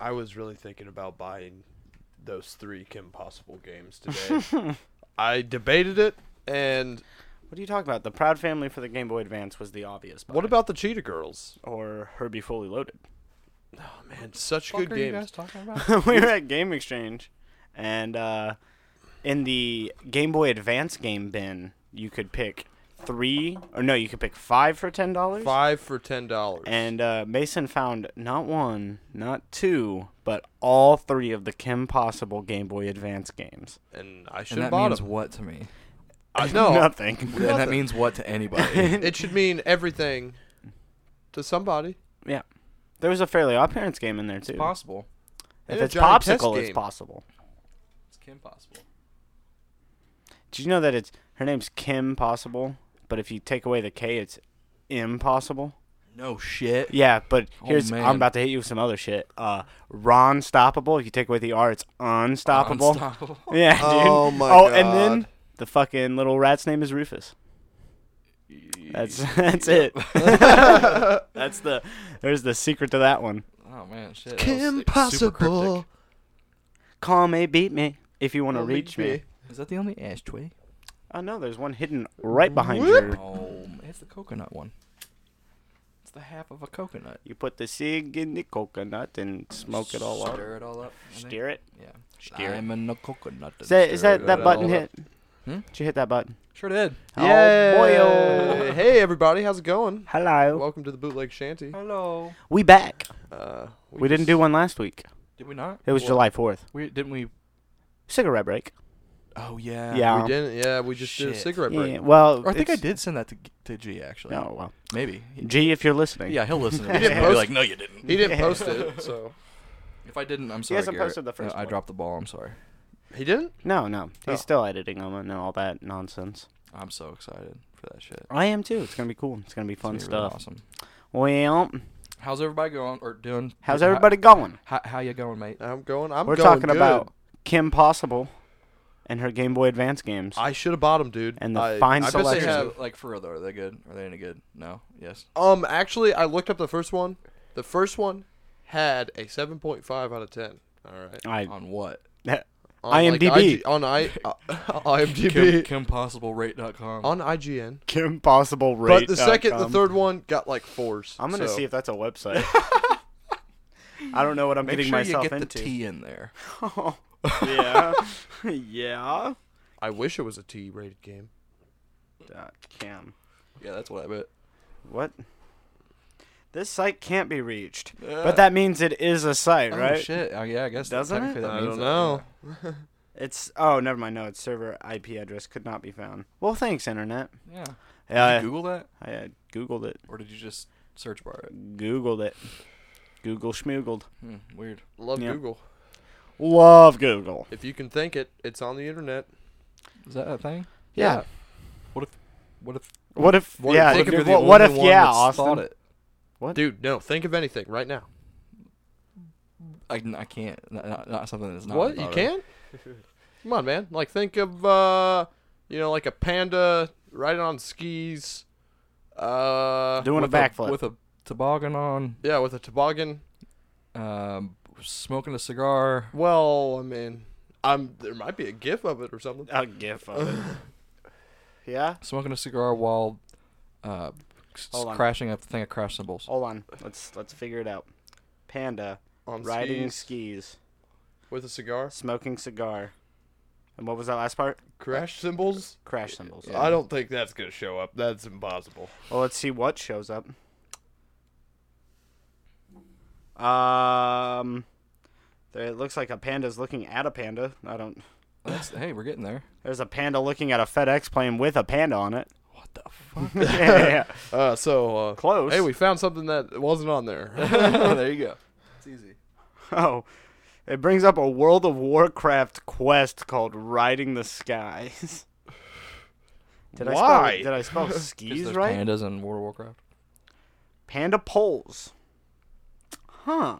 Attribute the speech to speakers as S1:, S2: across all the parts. S1: I was really thinking about buying those three Kim Possible games today. I debated it, and
S2: What are you talking about? The Proud Family for the Game Boy Advance was the obvious. buy.
S1: what about the Cheetah Girls?
S2: or Herbie Fully Loaded?
S1: Oh man, such good games.
S3: talking about?
S2: we were at Game Exchange, and uh, in the Game Boy Advance game bin, you could pick three, or no, you could pick five for ten dollars.
S1: Five for ten dollars.
S2: And uh, Mason found not one, not two, but all three of the Kim Possible Game Boy Advance games.
S1: and I should
S3: And
S1: have
S3: that
S1: bought
S3: means
S1: them.
S3: what to me?
S1: I, no,
S2: nothing.
S3: And that means what to anybody?
S1: it should mean everything to somebody.
S2: There was a Fairly Odd Parents game in there too.
S3: it's possible.
S2: if
S1: Yeah,
S2: it's
S1: Johnny Test
S2: popsicle, it's
S1: game.
S2: possible.
S3: It's Kim Possible.
S2: Did you know that it's her name's Kim Possible, but if you take away the K, it's impossible.
S3: No shit.
S2: Yeah, but
S3: Oh,
S2: here's
S3: man.
S2: I'm about to hit you with some other shit. Uh, Ron stoppable. If you take away the R, it's unstoppable.
S3: Unstoppable.
S2: yeah, dude.
S1: Oh, my
S2: Oh, and then
S1: God.
S2: the fucking little rat's name is Rufus. That's that's it. that's the there's the secret to that one.
S3: Oh man, shit. that was
S1: Kim
S3: super
S1: Possible.
S3: cryptic.
S2: Call me, beat me if you want to
S1: Don't
S2: reach me.
S3: Is that the only ashtray?
S2: Oh no, there's one hidden right behind
S1: Whoop.
S2: you.
S3: Oh, it's the coconut one. It's the half of a coconut.
S2: You put the cig in the coconut and smoke it all up.
S3: Stir it all up. I think.
S2: Steer it.
S3: Yeah.
S2: Steer it.
S3: I'm in a coconut. and
S2: Is that is
S3: stir
S2: that
S3: it
S2: that
S3: all
S2: button
S3: up.
S2: hit?
S3: Hmm?
S2: Did you hit that button?
S3: Sure did.
S2: Oh, boy-o.
S1: Yay. hey everybody, how's it going?
S2: Hello.
S1: Welcome to the Bootleg Shanty.
S3: Hello.
S2: We back.
S1: Uh,
S2: We didn't do one last week.
S3: Did we not?
S2: It was
S1: What?
S2: July 4th.
S3: We didn't we?
S2: Cigarette break.
S3: Oh yeah.
S2: Yeah.
S1: We didn't. Yeah, we just did a
S3: Shit.
S1: cigarette
S2: Yeah,
S1: break. Oh,
S2: well,
S3: Or I think I
S2: it's-
S3: did send that to to G actually.
S2: No, well,
S3: Maybe. He-
S2: G, if you're listening.
S3: yeah, he'll listen. To
S1: He
S3: this.
S1: didn't
S3: He'll be
S1: post-
S3: like, no, you didn't.
S1: He didn't
S2: Yeah.
S1: post it, so
S3: If I didn't, I'm sorry.
S2: hasn't
S3: Garrett.
S2: posted the first
S3: Uh, I
S2: one.
S3: dropped the ball. I'm sorry.
S1: he didn't.
S2: No, no, he's
S1: Oh.
S2: still editing them and all that nonsense.
S3: I'm so excited for that shit. It's
S2: I am too. It's gonna be cool. It's gonna be fun
S3: gonna be really
S2: stuff.
S3: awesome.
S2: Well,
S3: How's everybody going or doing?
S2: how's
S3: How-
S2: everybody going?
S3: How, how you going, mate?
S1: I'm going. I'm
S2: We're
S1: going
S2: talking
S1: good.
S2: about Kim Possible and her Game Boy Advance games.
S1: I should have bought them, dude.
S2: And the
S1: I,
S2: fine
S1: I bet
S3: But
S1: they
S2: selection.
S1: have.
S3: like for real though, are they good? Are they any good? No. Yes.
S1: Um, actually, I looked up the first one. The first one had a 7.5 out of 10. All right.
S2: I,
S3: On what?
S1: On, like,
S2: IMDb.
S1: IG on I, uh,
S3: Kim,
S1: IMDb.
S3: KimPossibleRate.com.
S1: on IGN.
S2: Kim Possible
S1: But the second, the third one got like fours.
S2: I'm gonna
S1: so-
S2: see if that's a website. I don't know what I'm
S3: Make
S2: getting
S3: sure you
S2: myself
S3: get
S2: into.
S3: the T in there.
S2: yeah, yeah.
S1: I wish it was a T-rated game.
S2: Dot Kim.
S3: Yeah, that's what I bet.
S2: What? This site can't be reached.
S3: Uh,
S2: But that means it is a site,
S3: Oh
S2: right?
S3: shit. Oh, yeah, I guess
S2: Doesn't it?
S3: technically that
S1: I
S3: means
S1: don't
S3: that,
S1: know.
S2: It's oh, never mind. No, it's server IP address could not be found. Well, thanks, internet.
S3: Yeah.
S2: Uh,
S3: Did you Google that,
S2: I uh, googled it.
S3: or did you just search bar it?
S2: Googled it. Google schmoogled.
S3: Hmm, weird.
S1: Love
S2: Yeah.
S1: Google.
S2: Love Google.
S1: If you can think it, it's on the internet.
S3: Is that a thing?
S2: Yeah.
S3: What if?
S2: What if?
S1: What
S2: yeah.
S1: if- think
S2: dude,
S1: if you're the
S2: what, what
S1: only
S2: if?
S1: one
S2: Yeah,
S1: that's
S2: Austin.
S3: Thought it.
S1: Dude, no, think of anything right now.
S3: I, I can't. Not, not, not something that's not.
S1: what? You
S3: thought of.
S1: can? Come on, man. Like think of uh you know, like a panda riding on skis. Uh
S2: Doing a
S3: With
S2: backflip.
S3: with a toboggan on,
S1: yeah, with a toboggan.
S3: um, smoking a cigar.
S1: Well, I mean I'm there might be a gif of it or something.
S2: a gif of it. yeah.
S3: smoking a cigar while uh, s-
S2: Hold on.
S3: crashing a thing of crash cymbals.
S2: Hold on. Let's let's figure it out. Panda
S1: On
S2: riding
S1: skis
S2: skis,
S1: with a cigar.
S2: smoking cigar, and what was that last part?
S1: Crash cymbals?
S2: Crash symbols.
S3: Yeah.
S1: I don't think that's gonna show up. That's impossible.
S2: Well, let's see what shows up. Um, there, it looks like a panda's looking at a panda. I don't.
S3: That's, hey, we're getting there.
S2: There's a panda looking at a FedEx plane with a panda on it.
S3: What the fuck?
S2: yeah, yeah, yeah.
S1: Uh so uh
S2: close.
S1: Hey, we found something that wasn't on there.
S3: there you go. It's easy.
S2: Oh, it brings up a World of Warcraft quest called Riding the Skies. Did I
S1: Why?
S2: spell, did I spell skis right?
S3: pandas in World of Warcraft.
S2: Panda polls. Huh.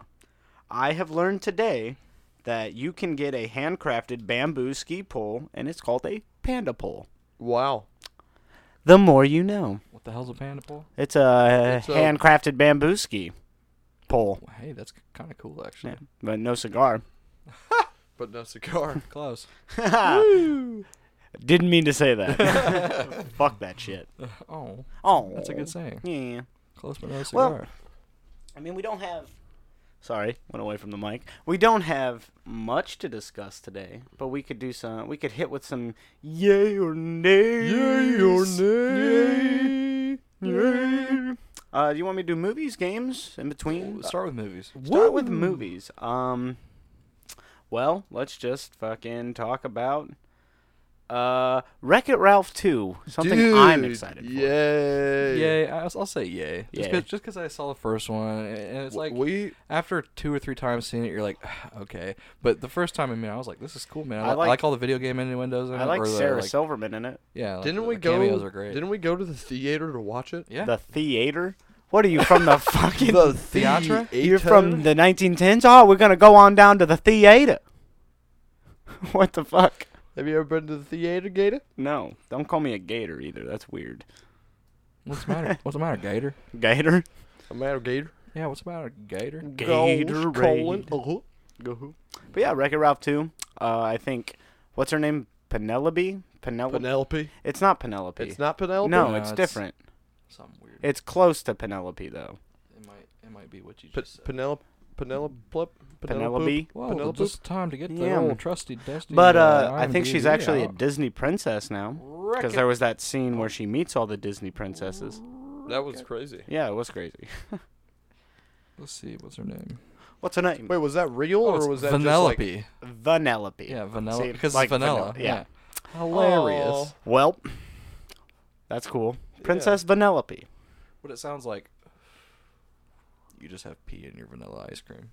S2: I have learned today that you can get a handcrafted bamboo ski pole, and it's called a panda pole.
S1: wow.
S2: The more you know.
S3: What the hell's a panda pole?
S2: It's a
S1: It's a-
S2: handcrafted bamboo ski. pole.
S3: Well, hey, that's kind of cool actually.
S2: Yeah, but no cigar.
S1: but no cigar.
S3: Close.
S2: Didn't mean to say that. Fuck that shit.
S3: Oh,
S2: Oh,
S3: that's a good saying.
S2: Yeah.
S3: Close but no cigar.
S2: Well- I mean, we don't have. Sorry, went away from the mic. We don't have much to discuss today, but we could do some. We could hit with some yay or nay.
S1: nay.
S2: Yay. Uh, do you want me to do movies, games, in between?
S3: Ooh, Start with movies.
S2: Start with movies. Um, well, let's just fucking talk about uh Wreck It Ralph two. Something I'm excited for.
S1: Yay.
S3: Yay! I- I'll say yay. Just
S2: Yay.
S3: because I saw the first one, and it's like
S1: we
S3: after two or three times seeing it, you're like, "Ah, okay. But the first time, I mean, I was like, this is cool, man. I,
S2: I
S3: li- I like,
S2: like-
S3: all the video game innuendos. In
S2: I
S3: it,
S2: like
S3: or the,
S2: Sarah
S3: like-
S2: Silverman in it.
S3: Yeah. like,
S1: didn't
S3: the-
S1: we
S3: the
S1: go
S3: Cameos are great.
S1: Didn't we go to the theater to watch it?
S3: yeah.
S2: The theater. What are you from the fucking?
S3: theater?
S2: You're from the 1910s. Oh, we're gonna go on down to the theater. what the fuck?
S1: Have you ever been to the theater, Gator?
S2: No, don't call me a gator either. That's weird.
S3: What's the matter? What's the matter, Gator?
S2: Gator.
S1: A man of Gator.
S3: Yeah. What's the matter, Gator?
S1: Gosh, colon. Uh-huh.
S2: But yeah, Wreck It Ralph 2. Uh, I think what's her name? Penelope. Penelope.
S1: Penelope.
S2: it's not Penelope.
S1: It's not Penelope.
S2: No,
S3: No,
S2: it's,
S3: it's-
S2: different.
S3: Something weird. It,
S2: It's close to Penelope though.
S3: might. It might be what you
S1: Pe-
S3: just said.
S1: Penelope. Penelope.
S2: Penelope.
S3: Whoa,
S1: Penelope.
S3: just time to get the
S2: Yeah.
S3: old trusty dusty.
S2: But uh, I think
S3: IMDb
S2: she's actually a
S3: out.
S2: Disney princess now because there was that scene where she meets all the Disney princesses.
S1: That was crazy.
S2: Yeah, it was crazy.
S3: Let's see. What's her name?
S2: What's her name?
S1: Wait, was that real
S3: Oh, it's
S1: or was that just
S3: Vanellope?
S2: Vanellope.
S3: yeah, Vanilla.
S2: See,
S3: Because
S2: like
S3: it's vanilla.
S2: vanilla,
S3: Yeah.
S2: yeah. Oh.
S3: Hilarious.
S1: Aw.
S2: Well, that's cool. Princess Vanellope.
S3: But it sounds like you just have pee in your vanilla ice cream.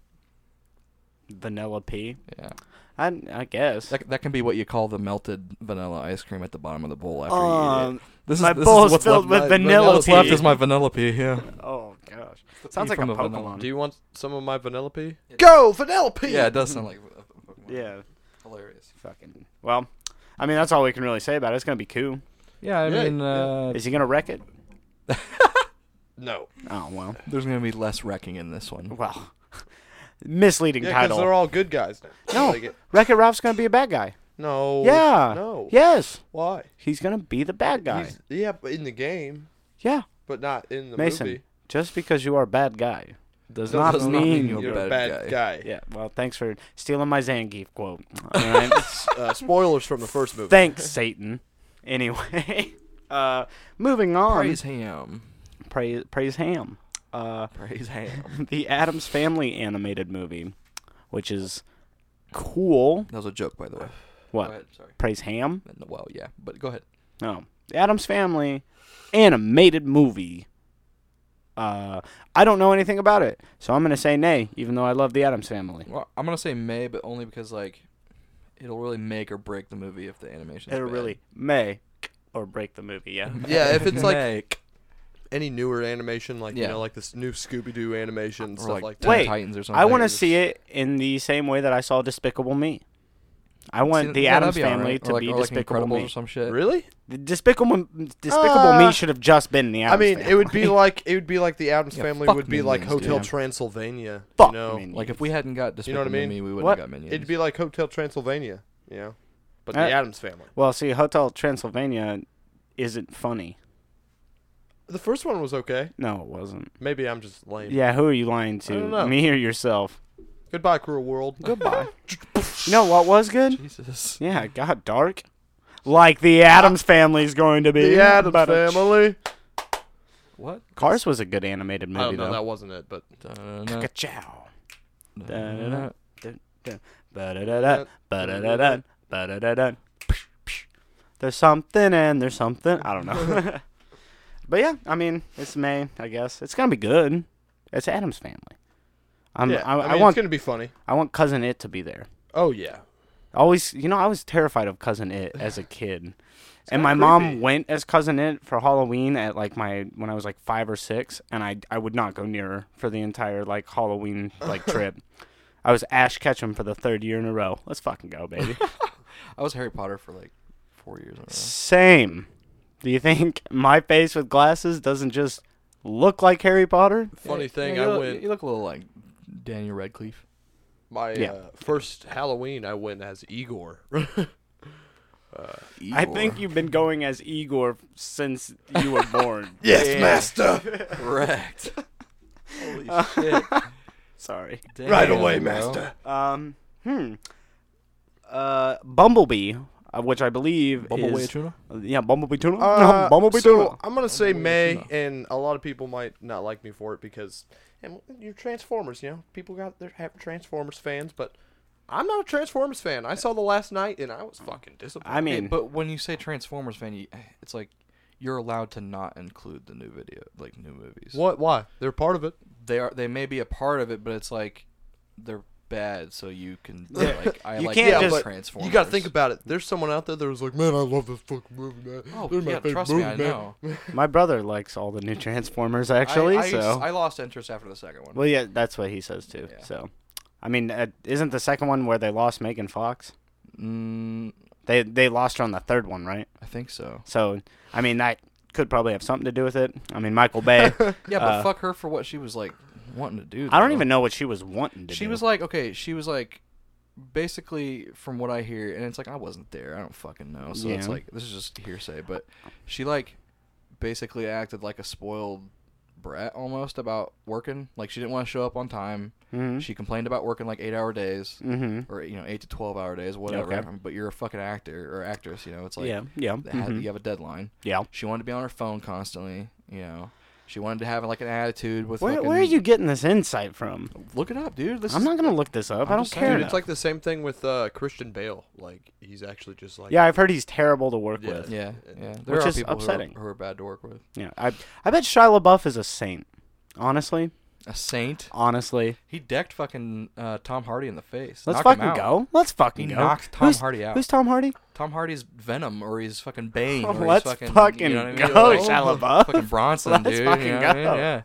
S2: Vanellope.
S3: Yeah.
S2: I, I guess.
S3: That, that can be what you call the melted vanilla ice cream at the bottom of the bowl after you eat
S2: Um,
S3: it. This
S2: my
S3: is, this
S2: bowl
S3: is
S2: is
S3: what's
S2: filled
S3: left.
S2: with
S1: my-
S2: vanilla
S3: What's left is
S2: tea.
S3: my vanilla pee. Yeah.
S2: Oh gosh,
S3: pea
S2: sounds like a
S3: from a vanilla.
S1: like?
S2: Pokemon.
S1: Do you want some of my Vanellope?
S3: Yeah.
S1: Go Vanellope.
S3: Yeah, it does sound like a- a Pokemon.
S2: yeah,
S3: Hilarious.
S2: fucking. Well, I mean that's all we can really say about it. It's gonna be cool.
S3: Yeah, I
S1: Yeah,
S3: mean,
S1: yeah.
S3: uh,
S2: Is he gonna wreck it?
S1: No.
S2: Oh well,
S3: there's gonna be less wrecking in this one.
S2: well, misleading
S1: Yeah, because
S2: title.
S1: they're all good guys now.
S2: No.
S1: Like it-
S2: Wreck It Ralph's gonna be a bad guy.
S1: No.
S2: yeah.
S1: No.
S2: Yes,
S1: Why?
S2: he's gonna be the bad guy.
S1: He's, yeah, but in the game,
S2: yeah,
S1: but not in the
S2: Mason.
S1: movie.
S2: Just because you are a bad guy does,
S1: Does-
S2: not
S1: does
S3: not mean
S2: mean
S3: you're
S1: You're,
S3: a
S1: a
S3: bad
S1: bad guy.
S2: Yeah. Well, thanks for stealing my Zangief quote. All right.
S1: Uh, spoilers from the first movie.
S2: Thanks, Satan. Anyway, uh, moving on.
S3: Praise ham.
S2: praise, praise Ham. Uh,
S3: Praise ham.
S2: the Adams Family animated movie, which is cool.
S3: That was a joke, by the way.
S2: What?
S3: Go ahead. Sorry.
S2: Praise Ham?
S3: Well, yeah, but go ahead.
S2: No. The Adams Family animated movie. Uh, I don't know anything about it, so I'm gonna say nay, even though I love the Adams Family.
S3: Well, I'm gonna say May, but only because like it'll really make or break the movie if the animation.
S2: It'll really may or break the movie. Yeah.
S1: Yeah, if it's like
S3: make
S1: any newer animation, like
S3: Yeah.
S1: you know, like this new Scooby Doo animation
S3: or
S1: stuff like,
S3: like,
S1: that.
S3: Teen
S2: Wait,
S3: Titans or something.
S2: I want to see it in the same way that I saw Despicable Me. I want
S3: See,
S2: the
S3: yeah, that'd
S2: Adams
S3: be all
S2: Family
S3: right.
S2: to
S3: or like,
S2: be
S3: or like
S2: Despicable
S3: Incredibles
S2: Me.
S3: or some shit.
S1: Really?
S2: The Despicable Despicable
S1: Uh,
S2: Me should have just been the
S1: I
S2: Adams
S1: mean,
S2: Family.
S1: it would be like it would be like the Adams
S3: Yeah,
S1: Family
S3: fuck
S1: would be like
S3: Minions,
S1: Hotel
S2: dude.
S1: Transylvania. you
S2: fuck.
S1: know,
S2: Minions.
S3: Like if we hadn't got
S1: You know
S3: Despicable
S1: what I mean?
S3: Me, we wouldn't
S2: What?
S3: have got Minions.
S1: it'd be like Hotel Transylvania. You know, but
S2: Uh,
S1: the Adams Family.
S2: well, see, Hotel Transylvania isn't funny.
S1: The first one was okay.
S2: No, it wasn't.
S1: Maybe I'm just lame.
S2: Yeah, who are you lying
S1: I don't
S2: to?
S1: know.
S2: Me or yourself?
S1: Goodbye, cruel world.
S2: Goodbye. you know what was good?
S3: Jesus.
S2: Yeah, it got dark. Like the Adams Family's going to be.
S1: The Adams
S2: But, uh,
S1: Family.
S3: What?
S2: Cars was a good animated
S1: I don't
S2: movie
S1: know. That
S2: though.
S1: wasn't it, but
S3: Da-da-da,
S2: Ka-chow.
S3: da-da-da.
S2: Ba-da-da-da, ba-da-da-da, ba-da-da-da. Psh, psh. There's something and there's something. I don't know. but yeah, I mean, it's May, I guess. It's gonna be good. It's Adam's family. I'm,
S1: yeah,
S2: I,
S1: I, mean,
S2: I want
S1: it's gonna be funny.
S2: I want cousin it to be there.
S1: Oh yeah.
S2: Always, you know, I was terrified of cousin it as a kid. and my
S1: kinda
S2: mom
S1: creepy.
S2: went as cousin it for Halloween at like my when I was like 5 or 6 and I I would not go near her for the entire like Halloween like trip. I was Ash Ketchum for the third year in a row. Let's fucking go, baby.
S3: I was Harry Potter for like four years in a row.
S2: Same. Do you think my face with glasses doesn't just look like Harry Potter.
S1: Funny
S3: Yeah,
S1: thing,
S3: yeah, you
S1: I
S3: look-
S1: went
S3: You look a little like Daniel Radcliffe.
S1: my
S2: Yeah.
S1: uh, first Halloween. I went as Igor.
S2: I think you've been going as Igor since you were born.
S1: yes,
S3: Yeah.
S1: master.
S3: correct. Holy shit!
S2: Sorry.
S1: right
S3: Damn,
S1: away,
S3: bro.
S1: master.
S2: Um, hmm. Uh, Bumblebee, uh, which I believe
S3: Bumblebee
S2: is
S3: tuna.
S2: yeah, Bumblebee tuna.
S1: Uh,
S2: Bumblebee
S1: so
S2: tuna.
S1: I'm gonna say
S3: Bumblebee
S1: May,
S3: tuna.
S1: and a lot of people might not like me for it because, and you're Transformers, you know, people got their have Transformers fans, but I'm not a Transformers fan. I saw the last night, and I was fucking disappointed.
S2: I
S3: Hey,
S2: mean,
S3: but when you say Transformers fan, you, it's like you're allowed to not include the new video, like new movies.
S1: what? Why? They're part of it.
S3: They are. They may be a part of it, but it's like they're bad. So you can
S2: Yeah.
S3: like I
S2: You
S3: like
S2: can't
S3: the
S2: just-
S3: Transformers.
S1: You gotta think about it. There's someone out there that was like, "Man, I love this fucking movie, man.
S3: Oh
S1: They're my
S3: yeah,
S1: favorite
S3: trust
S1: movie,
S3: me, I
S1: man."
S3: know.
S2: my brother likes all the new Transformers actually.
S3: I, I,
S2: so
S3: I lost interest after the second one.
S2: well, yeah, that's what he says too.
S3: Yeah.
S2: So, I mean, uh, isn't the second one where they lost Megan Fox?
S3: Mm,
S2: They they lost her on the third one, right?
S3: I think so.
S2: So, I mean, that could probably have something to do with it. I mean, Michael Bay.
S3: Yeah, but
S2: Uh,
S3: fuck her for what she was like wanting to do.
S2: I don't
S3: though.
S2: even know what she was wanting to do.
S3: She was like, okay, she was like, basically from what I hear, and it's like I wasn't there. I don't fucking know. So it's
S2: Yeah.
S3: like this is just hearsay, but she like basically acted like a spoiled brat almost about working. Like she didn't want to show up on time.
S2: hmm
S3: She complained about working like eight hour days
S2: hmm
S3: or you know eight to twelve hour days, whatever.
S2: Okay.
S3: But you're a fucking actor or actress, you know. It's like
S2: yeah, yeah,
S3: that had-
S2: mhm,
S3: you have a deadline.
S2: yeah.
S3: She wanted to be on her phone constantly, you know. She wanted to have like an attitude with.
S2: Where,
S3: fucking-
S2: where are you getting this insight from?
S3: Look it up, dude. This
S2: I'm
S3: is,
S2: not gonna look this up.
S3: I'm
S2: I don't
S3: just
S2: care.
S3: saying,
S1: Dude,
S2: enough.
S1: it's like the same thing with uh, Christian Bale. Like he's actually just like
S2: yeah, I've heard he's terrible to work
S1: Yeah.
S2: with.
S3: Yeah, yeah. There
S2: Uh, Which
S3: are
S2: is
S3: people who are-
S2: upsetting.
S3: Who are, bad to work with.
S2: Yeah, I I bet Shia LaBeouf is a saint. Honestly,
S3: A saint.
S2: honestly,
S3: He decked fucking uh, Tom Hardy in the face.
S2: let's
S3: Knocked
S2: fucking
S3: him out.
S2: go. Let's
S3: He
S2: fucking go.
S3: knocked Tom
S2: who's,
S3: Hardy out.
S2: Who's Tom Hardy?
S3: Tom Hardy's Venom, or he's fucking Bane.
S2: Oh,
S3: or he's
S2: let's
S3: fucking,
S2: fucking
S3: you know what I mean?
S2: go,
S3: Like, "Oh,
S2: Shia LaBeouf.
S3: Fucking Bronson,
S2: Let's
S3: dude. you
S2: fucking
S3: know what I mean?
S2: go.
S3: Yeah.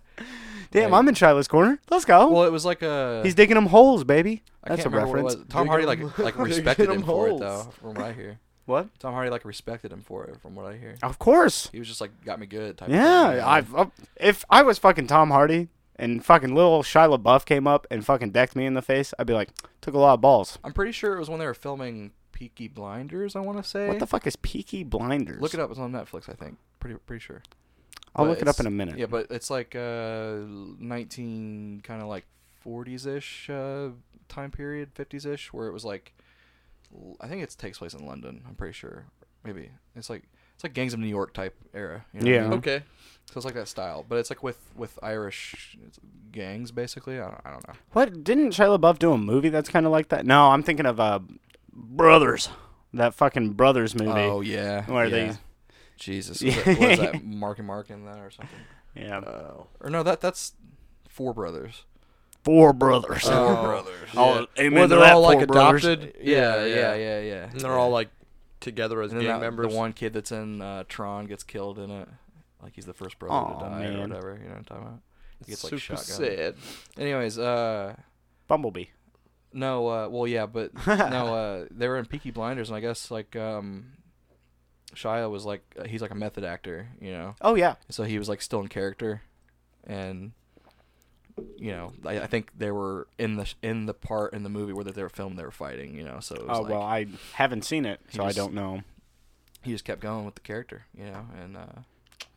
S2: Damn,
S3: Like-
S2: I'm in Shiloh's corner. Let's go.
S3: Well, it was like a.
S2: he's digging him holes, baby.
S3: I
S2: That's a
S3: can't remember what it
S2: reference.
S3: was. Tom
S1: Digging
S3: Hardy
S1: him-
S3: like like
S1: digging
S3: respected him
S1: him
S3: for it
S1: holes.
S3: though, from what I hear.
S2: What?
S3: Tom Hardy like respected him for it, from what I hear.
S2: Of course.
S3: He was just like got me good type. of thing, you
S2: Yeah,
S3: know?
S2: I've, i if I was fucking Tom Hardy and fucking little Shia LaBeouf came up and fucking decked me in the face, I'd be like, took a lot of balls.
S3: I'm pretty sure it was when they were filming Peaky Blinders. I want to say.
S2: What the fuck is Peaky Blinders?
S3: Look it up. It's on Netflix, I think. Pretty pretty sure.
S2: I'll
S3: But
S2: look it up
S3: it's-
S2: in a minute.
S3: Yeah, but it's like uh, 19 kind of like 40s ish uh, time period, 50s ish, where it was like l- I think it takes place in London. I'm pretty sure. Maybe it's like it's like Gangs of New York type era. You know what I
S2: Yeah.
S3: mean?
S1: Okay.
S3: So it's like that style, but it's like with with Irish gangs basically. I don't, I don't know.
S2: What didn't Shia LaBeouf do a movie that's kind of like that? No, I'm thinking of uh, Brothers, that fucking Brothers movie.
S3: Oh yeah.
S2: Where
S3: yeah.
S2: they-
S3: Jesus, was,
S2: Yeah.
S3: that, was that Marky Mark in that or something?
S2: Yeah,
S1: Oh.
S3: Or no, that that's Four Brothers.
S2: Four Brothers.
S1: Oh,
S3: Brothers.
S1: Yeah.
S2: amen
S1: Where
S2: to
S1: they're
S2: that,
S1: all like
S2: Four Brothers.
S1: adopted.
S3: Yeah, yeah, yeah, yeah.
S1: And they're all like together as
S3: And then
S1: gang
S3: that-
S1: members.
S3: The one kid that's in uh, Tron gets killed in it. Like he's the first brother
S2: Aw,
S3: to die or
S2: man.
S3: whatever. You know what I'm talking about? He gets like
S1: Super
S3: shotgun.
S1: sad.
S3: Anyways, uh,
S2: Bumblebee.
S3: no, uh, well, yeah, but no, uh, they were in Peaky Blinders, and I guess like um, Shia was like uh, he's like a method actor, you know,
S2: Oh yeah,
S3: so he was like still in character, and you know, I, I think they were in the in the part in the movie where they were filmed, they were fighting, you know, so it was
S2: Oh
S3: like,
S2: well, I haven't seen it,
S3: He
S2: so I
S3: just-
S2: don't know.
S3: he just kept going with the character, you know, and uh,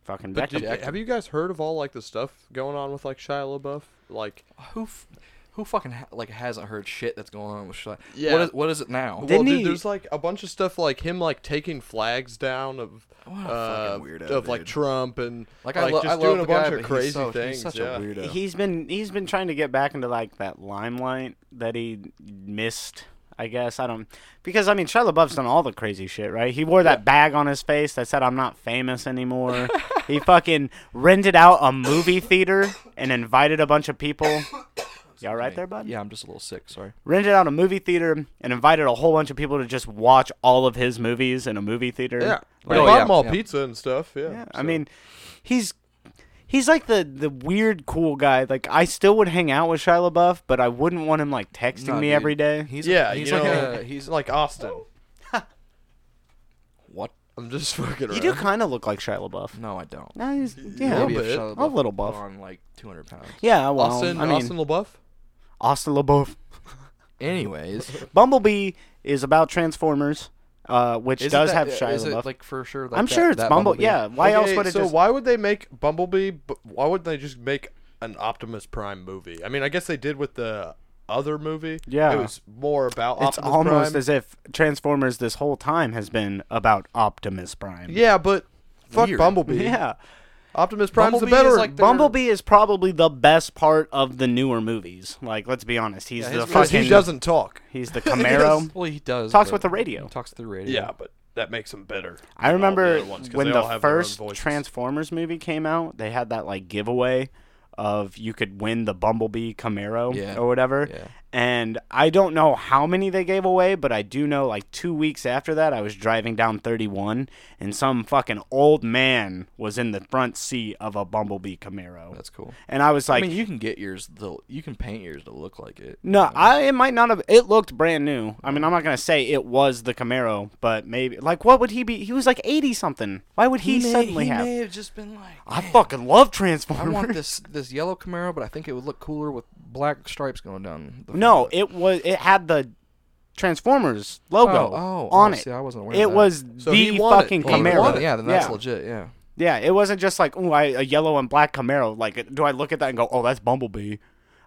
S2: Fucking
S1: But
S2: back
S1: did,
S2: to
S1: have you guys heard of all like the stuff going on with like Shia LaBeouf? Like
S3: who f- who fucking ha- like hasn't heard shit that's going on with Shia?
S1: Yeah.
S3: What is, what is it now?
S2: Didn't
S1: well, dude,
S2: he-
S1: there's like a bunch of stuff like him like taking flags down of
S3: What a
S1: uh,
S3: fucking weirdo,
S1: of like
S3: dude.
S1: Trump and
S3: Like,
S1: like,
S3: I, lo-
S1: just
S3: I love
S1: doing
S3: the
S1: a bunch
S3: guy,
S1: of
S3: but
S1: crazy
S3: he's so,
S1: things.
S3: He's such
S1: yeah.
S3: a weirdo.
S2: He's been he's been trying to get back into like that limelight that he missed. I guess I don't because I mean Shia LaBeouf's done all the crazy shit, right? He wore that bag on his face that said "I'm not famous anymore." he fucking rented out a movie theater and invited a bunch of people. Y'all right there, bud?
S3: yeah, I'm just a little sick. Sorry.
S2: Rented out a movie theater and invited a whole bunch of people to just watch all of his movies in a movie theater.
S1: Yeah,
S2: Like,
S1: they
S3: Oh,
S1: bought
S3: yeah,
S1: him all
S3: yeah.
S1: pizza and stuff. Yeah,
S2: Yeah, I
S1: so.
S2: mean, he's he's like the the weird cool guy. Like I still would hang out with Shia LaBeouf, but I wouldn't want him like texting
S3: No,
S2: me
S3: dude.
S2: every day.
S3: He's
S1: yeah,
S3: He's
S1: you
S3: like
S1: know,
S3: a he's
S1: like Austin.
S3: what?
S1: I'm just fucking around.
S2: You do kind of look like Shia LaBeouf.
S3: No, I don't.
S2: No, he's,
S1: A
S2: yeah,
S1: little bit.
S2: A little buff.
S3: On like 200 pounds.
S2: yeah. Well,
S1: Austin,
S2: I mean,
S1: Austin LaBeouf.
S2: Austin LaBeouf.
S3: Anyways,
S2: Bumblebee is about Transformers, uh, which
S3: isn't
S2: does
S3: that-
S2: have
S3: uh,
S2: Shia
S3: is it,
S2: LaBeouf.
S3: like for sure. Like
S2: I'm
S3: that-
S2: sure it's
S3: that
S2: Bumble.
S3: Bumblebee?
S2: Yeah. Why else
S1: Okay,
S2: would it
S1: so
S2: just?
S1: why would they make Bumblebee? But why wouldn't they just make an Optimus Prime movie? I mean, I guess they did with the other movie.
S2: Yeah.
S1: it was more about
S2: It's
S1: Optimus
S2: almost
S1: Prime.
S2: as if Transformers this whole time has been about Optimus Prime.
S1: yeah, but fuck
S3: Weird.
S1: Bumblebee.
S2: Yeah.
S1: Optimus Prime's
S3: Bumblebee
S1: the better.
S3: is like the- They're-
S2: Bumblebee is probably the best part of the newer movies. Like, let's be honest, he's
S3: Yeah,
S2: the
S3: his-
S1: because
S2: fucking
S1: he doesn't talk.
S2: he's the
S1: Yes.
S2: Camaro.
S3: Well, he does.
S2: Talks
S3: but
S2: with the radio.
S3: he Talks through radio.
S1: Yeah, but that makes him better.
S2: I
S1: than all the
S2: remember
S1: other ones, 'cause
S2: when
S1: they all
S2: the
S1: have their own
S2: first
S1: voices.
S2: Transformers movie came out, they had that like giveaway of you could win the Bumblebee Camaro
S3: Yeah.
S2: or whatever.
S3: Yeah.
S2: And I don't know how many they gave away, but I do know like two weeks after that, I was driving down 31 and some fucking old man was in the front seat of a Bumblebee Camaro.
S3: That's cool.
S2: And I was like,
S3: I mean, you can get yours. The you can paint yours to look like it.
S2: No, I it might not have. It looked brand new. I mean, I'm not gonna say it was the Camaro, but maybe like what would he be? He was like 80 something. Why would he,
S3: may,
S2: suddenly
S3: he
S2: have?
S3: may have just been like,
S2: I
S3: "Man,
S2: fucking love
S3: I
S2: Transformers.
S3: want this this yellow Camaro, but I think it would look cooler with black stripes going down. The
S2: No,
S3: front.
S2: it was. It had the Transformers
S3: Oh,
S2: logo
S3: oh,
S2: on
S3: oh,
S2: it.
S3: See, I wasn't aware.
S2: It
S3: of that.
S2: was
S1: So he
S2: the
S1: won it.
S2: fucking
S1: He
S3: Well, if it
S2: Camaro.
S3: wasn't, Yeah, then that's
S2: yeah.
S3: legit. Yeah.
S2: Yeah, it wasn't just like ooh, I, a yellow and black Camaro. Like, do I look at that and go, oh, that's Bumblebee?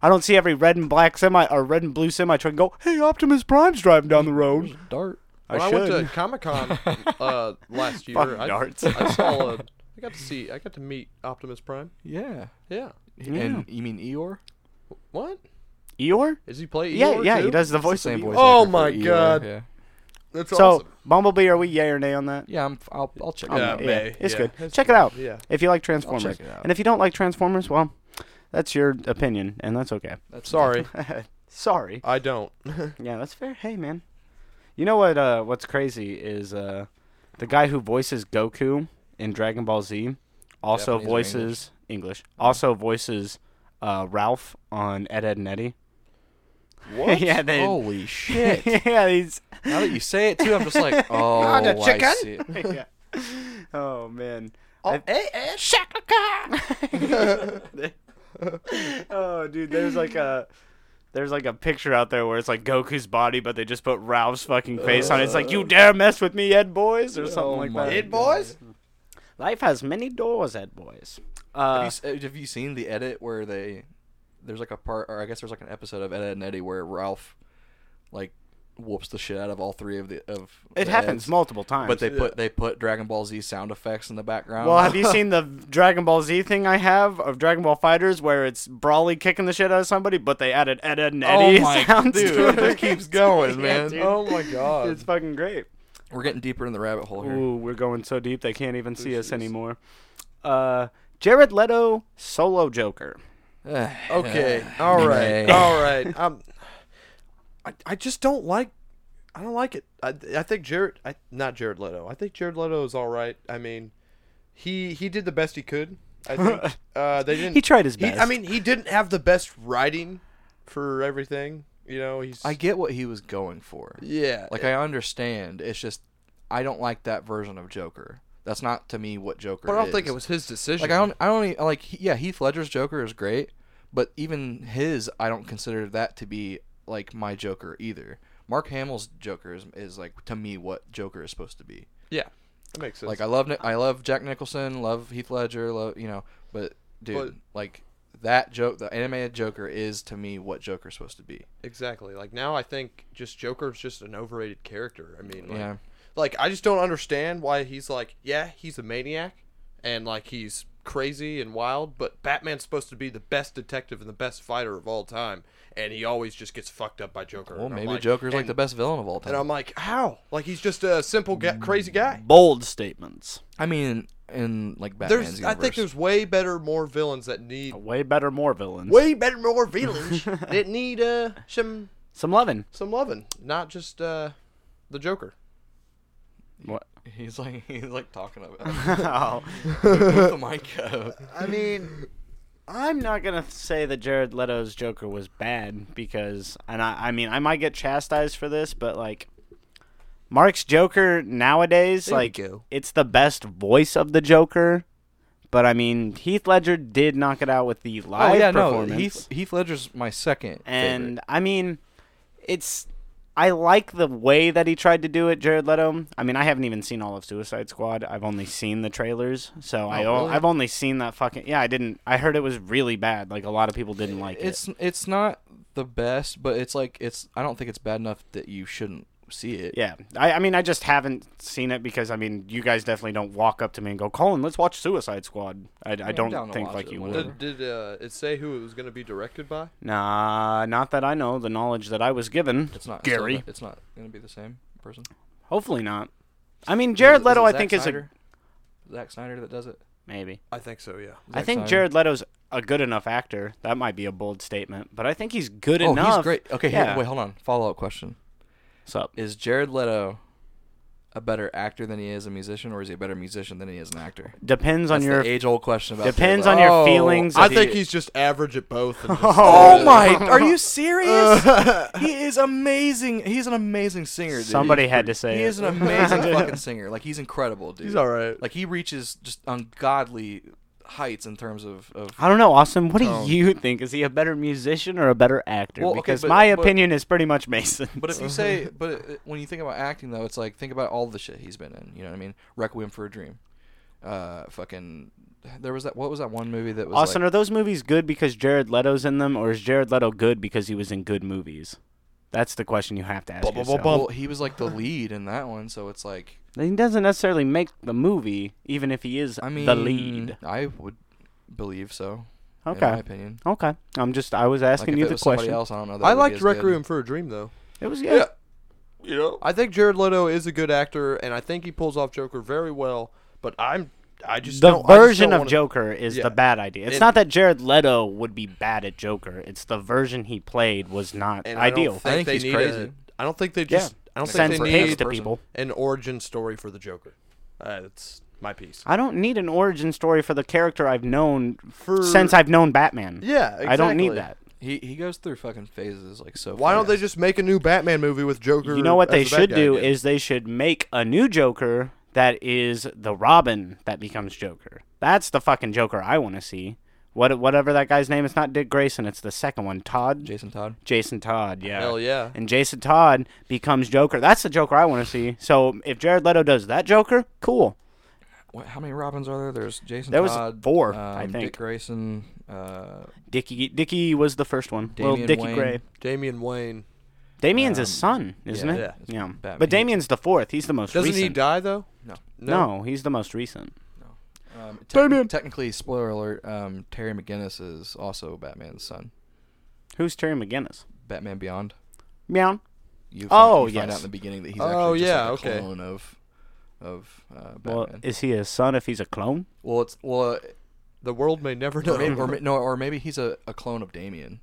S2: I don't see every red and black semi or red and blue semi truck and go, hey, Optimus Prime's driving down the road.
S3: Dart.
S2: I
S1: when I,
S2: should.
S1: went to Comic Con uh, last year,
S2: Fucking
S1: I,
S2: darts.
S1: I saw. A, I got to see. I got to meet Optimus Prime.
S3: Yeah.
S1: Yeah.
S2: Yeah.
S3: And you mean Eeyore?
S1: What?
S2: Eeyore?
S1: Is he play?
S2: Yeah,
S1: Eeyore
S2: yeah,
S1: too?
S2: he does the
S3: It's the
S2: voice. of
S3: same
S2: Eeyore.
S3: voice
S1: Oh
S3: actor for
S1: my
S3: Eeyore,
S1: God.
S3: Yeah.
S1: That's
S2: So
S1: awesome.
S2: Bumblebee, are we yay or nay on that?
S3: Yeah. I'm, f- I'll I'll check.
S2: Oh,
S3: it
S1: Yeah,
S3: out.
S2: yeah,
S1: may,
S2: it's
S1: yeah.
S2: good.
S1: That's
S2: Check it out
S1: Yeah.
S2: if you like
S3: I'll
S2: Transformers,
S3: check it out.
S2: and if you don't like Transformers, well, that's your opinion, and that's okay.
S3: That's
S1: Sorry,
S2: Sorry.
S1: I don't.
S2: Yeah, that's fair. Hey, man. You know what? Uh, what's crazy is uh, the guy who voices Goku in Dragon Ball Z also
S3: Japanese or
S2: voices English. Also voices uh, Ralph on Ed Ed and Eddie.
S1: What?
S2: yeah, they.
S3: Holy Oh, shit!
S2: yeah, he's.
S3: now that you say it too, I'm just like, oh,
S1: Not a
S3: I
S1: chicken.
S3: see. it.
S2: yeah. Oh man.
S1: Oh,
S2: I-
S1: eh, eh, sh-
S2: Shaka oh, dude, there's like a there's like a picture out there where it's like Goku's body, but they just put Ralph's fucking face on it. It's like you dare mess with me, Ed boys, or something
S3: Oh
S2: like
S3: my
S2: that.
S1: Ed boys.
S2: Life has many doors, Ed boys.
S3: Have you,
S2: Uh,
S3: s- uh, have you seen the edit where they there's like a part, or I guess there's like an episode of Ed, Ed and Eddie where Ralph like whoops the shit out of all three of the of
S2: it
S3: the
S2: happens
S3: Eds,
S2: multiple times.
S3: but they put they put Dragon Ball Z sound effects in the background.
S2: well, have you seen the Dragon Ball Z thing I have of Dragon Ball Fighters where it's Brawly kicking the shit out of somebody, but they added Ed, Ed, and Eddie
S3: oh my
S2: sounds
S3: dude,
S2: to it?
S3: it keeps going,
S2: Yeah,
S3: man.
S2: dude.
S1: Oh my god.
S2: It's fucking great.
S3: We're getting deeper in the rabbit hole here.
S2: Ooh, we're going so deep they can't even see us anymore. Uh, Jared Leto solo Joker.
S1: Okay. All right.
S3: Nay.
S1: All right. Um, I, I just don't like. I don't like it. I, I think Jared, I, not Jared Leto. I think Jared Leto is all right. I mean, he he did the best he could. I think uh, they didn't.
S2: He tried his best.
S1: I mean, he didn't have the best writing for everything. You know, he's.
S3: I get what he was going for.
S1: yeah.
S3: Like I understand. It's just I don't like that version of Joker. That's not to me what Joker.
S1: but I don't think
S3: is.
S1: it was his decision.
S3: Like I don't, I don't even, like. he- Yeah, Heath Ledger's Joker is great, but even his, I don't consider that to be like my Joker either. Mark Hamill's Joker is, is like to me what Joker is supposed to be.
S1: Yeah. That makes sense.
S3: Like I love, Ni- I love Jack Nicholson, love Heath Ledger, love you know, but dude,
S1: But-
S3: like that joke, the animated Joker is to me what Joker's supposed to be.
S1: Exactly. Like now, I think just Joker's just an overrated character. I mean, like,
S3: Yeah.
S1: like I just don't understand why he's like, yeah, he's a maniac, and like he's crazy and wild, but Batman's supposed to be the best detective and the best fighter of all time, and he always just gets fucked up by Joker.
S3: Well,
S1: And I'm
S3: maybe
S1: like,
S3: Joker's like
S1: and-
S3: the best villain of Mm, all
S1: And
S3: time.
S1: I'm like, how? Like he's just a simple, ga- crazy guy.
S2: bold statements.
S3: I mean, in like Batman's
S1: There's, I think
S3: universe.
S1: there's way better, more villains that need
S2: Way better, more villains.
S1: way better, more villains that need uh some
S2: Some loving.
S1: some loving, not just uh the Joker.
S2: What?
S3: he's like he's like talking about
S2: oh.
S3: the mic up.
S2: I mean, I'm not gonna say that Jared Leto's Joker was bad because, and I, I mean, I might get chastised for this, but like, Mark's Joker nowadays,
S1: There we
S2: like
S1: go.
S2: it's the best voice of the Joker. But I mean, Heath Ledger did knock it out with the live
S3: oh yeah, no.
S2: performance.
S3: Heath, Heath Ledger's my second.
S2: and
S3: favorite.
S2: I mean, it's I like the way that he tried to do it, Jared Leto. I mean, I haven't even seen all of Suicide Squad. I've only seen the trailers, so I o-
S3: Oh, really?
S2: I've only seen that fucking yeah. I didn't. I heard it was really bad. Like a lot of people didn't like it.
S3: it's it's not the best, but it's like it's. I don't think it's bad enough that you shouldn't see it.
S2: Yeah, I, I mean, I just haven't seen it because I mean, you guys definitely don't walk up to me and go, "Colin, let's watch Suicide Squad." I, I
S3: down
S2: don't
S3: to
S2: think
S3: watch
S2: like
S3: it
S2: you
S3: whenever.
S2: would.
S1: Did, did uh, it say who it was going to be directed by?
S2: Nah, not that I know. The knowledge that I was given,
S3: It's not
S2: Gary.
S3: It's, not gonna be the same person.
S2: hopefully not. I mean, Jared
S3: Is it-
S2: Leto,
S3: is
S2: I
S3: it Zack
S2: think is
S3: Snyder? Zack Snyder that does it.
S2: a maybe.
S1: I think so. Yeah.
S2: I
S3: Zack
S2: think
S3: Snyder.
S2: Jared Leto's a good enough actor. That might be a bold statement, but I think he's good
S3: Oh,
S2: enough.
S3: he's great. Okay, here-
S2: Yeah.
S3: wait, hold on. Follow up question:
S2: What's up?
S3: Is Jared Leto a better actor than he is a musician, or is he a better musician than he is an actor?
S2: Depends on
S3: That's
S2: your
S3: the age-old question about. Jared
S2: depends
S3: Leto.
S2: on your
S3: Oh,
S2: feelings.
S1: I
S2: of-
S1: think he's just average at both. and just-
S2: Oh
S3: my! Are you serious? he is amazing. He's an amazing singer. Dude.
S2: Somebody had to say
S3: E He
S2: it.
S3: is an amazing fucking singer. Like he's incredible, dude.
S1: He's all right.
S3: Like he reaches just ungodly heights in terms of of.
S2: I don't know, Austin. What do
S3: Tone.
S2: you think? Is he a better musician or a better actor?
S3: Oh. Well, okay,
S2: because
S3: but-
S2: my
S3: but-
S2: opinion is pretty much Mason.
S3: But if you say, but it- when you think about acting though, it's like think about all the shit he's been in. You know what I mean? Requiem for a Dream. Uh, fucking. There was that. What was that one movie that was?
S2: Austin,
S3: like,
S2: are those movies good because Jared Leto's in them, or is Jared Leto good because he was in good movies? That's the question you have to ask
S1: Bum, bum, bum,
S2: yourself.
S1: bum.
S3: well, he was like the lead in that one, so it's like.
S2: He doesn't necessarily make the movie, even if he is
S3: I mean,
S2: the lead.
S3: I would believe so. In my
S2: Okay.
S3: opinion.
S2: Okay. I'm just. I was
S3: Like,
S2: asking
S3: if
S2: you
S3: it
S2: the
S3: was somebody
S2: question.
S3: else, I don't know. That
S1: I
S3: would be
S1: liked
S3: as good.
S1: Requiem for a Dream though.
S2: It was
S1: Yeah.
S2: good.
S1: You know, I think Jared Leto is a good actor, and I think he pulls off Joker very well. But I'm, I just
S2: the
S1: don't- I just
S2: version
S1: don't
S2: of
S1: wanna-
S2: Joker is
S1: Yeah.
S2: the bad idea. It's
S1: It-
S2: not that Jared Leto would be bad at Joker. It's the version he played was not
S1: and
S2: ideal.
S1: I, don't think
S3: I think
S1: they
S3: he's
S1: need
S3: crazy.
S1: a- I don't think they
S2: Yeah.
S1: just. I don't
S2: Sends
S1: think
S3: for
S1: they
S2: pigs
S1: need
S2: to
S3: person.
S2: people.
S1: an origin story for the Joker. Uh, that's my piece.
S2: I don't need an origin story for the character I've known
S1: For
S2: since I've known Batman.
S1: yeah, exactly.
S2: I don't need that.
S3: He he goes through fucking phases like so.
S1: Why don't they
S3: fast.
S1: just make a new Batman movie with Joker?
S2: You know what
S1: as
S2: they
S1: the bad
S2: should
S1: guy
S2: do
S1: again?
S2: is they should make a new Joker that is the Robin that becomes Joker. That's the fucking Joker I want to see. What whatever that guy's name is not Dick Grayson, it's the second one, Todd
S3: Jason Todd.
S2: Jason Todd, yeah.
S1: hell yeah.
S2: And Jason Todd becomes Joker. That's the Joker I want to see. So if Jared Leto does that Joker, cool.
S3: What, how many Robins are there? There's Jason.
S2: There was
S3: Todd,
S2: four,
S3: um,
S2: I think.
S3: Dick Grayson. Uh,
S2: Dickie Dickie was the first one. well,
S3: Damian
S2: Dickie
S3: Wayne.
S2: Gray.
S1: Damian Wayne
S2: Damien's
S3: Um,
S2: his son, isn't
S3: yeah,
S2: it?
S1: yeah.
S2: Yeah.
S3: Batman.
S2: But Damien's the fourth. He's the most
S1: doesn't
S2: recent.
S1: he die though?
S3: No.
S2: no. he's the most recent.
S3: um, te-
S2: Damien.
S3: Technically, spoiler alert. Um, Terry McGinnis is also Batman's son.
S2: Who's Terry McGinnis?
S3: Batman Beyond.
S2: Meow.
S3: You find,
S2: Oh,
S3: you find
S2: yes.
S3: out in the beginning that he's
S1: Oh,
S3: actually just
S1: yeah,
S3: like a
S1: okay.
S3: clone of of uh,
S2: Well,
S3: Batman.
S2: is he his son if he's a clone?
S3: Well, it's well,
S1: The world may never
S3: uh, or, maybe,
S1: know.
S3: or may- no, or maybe he's a, a clone of Damien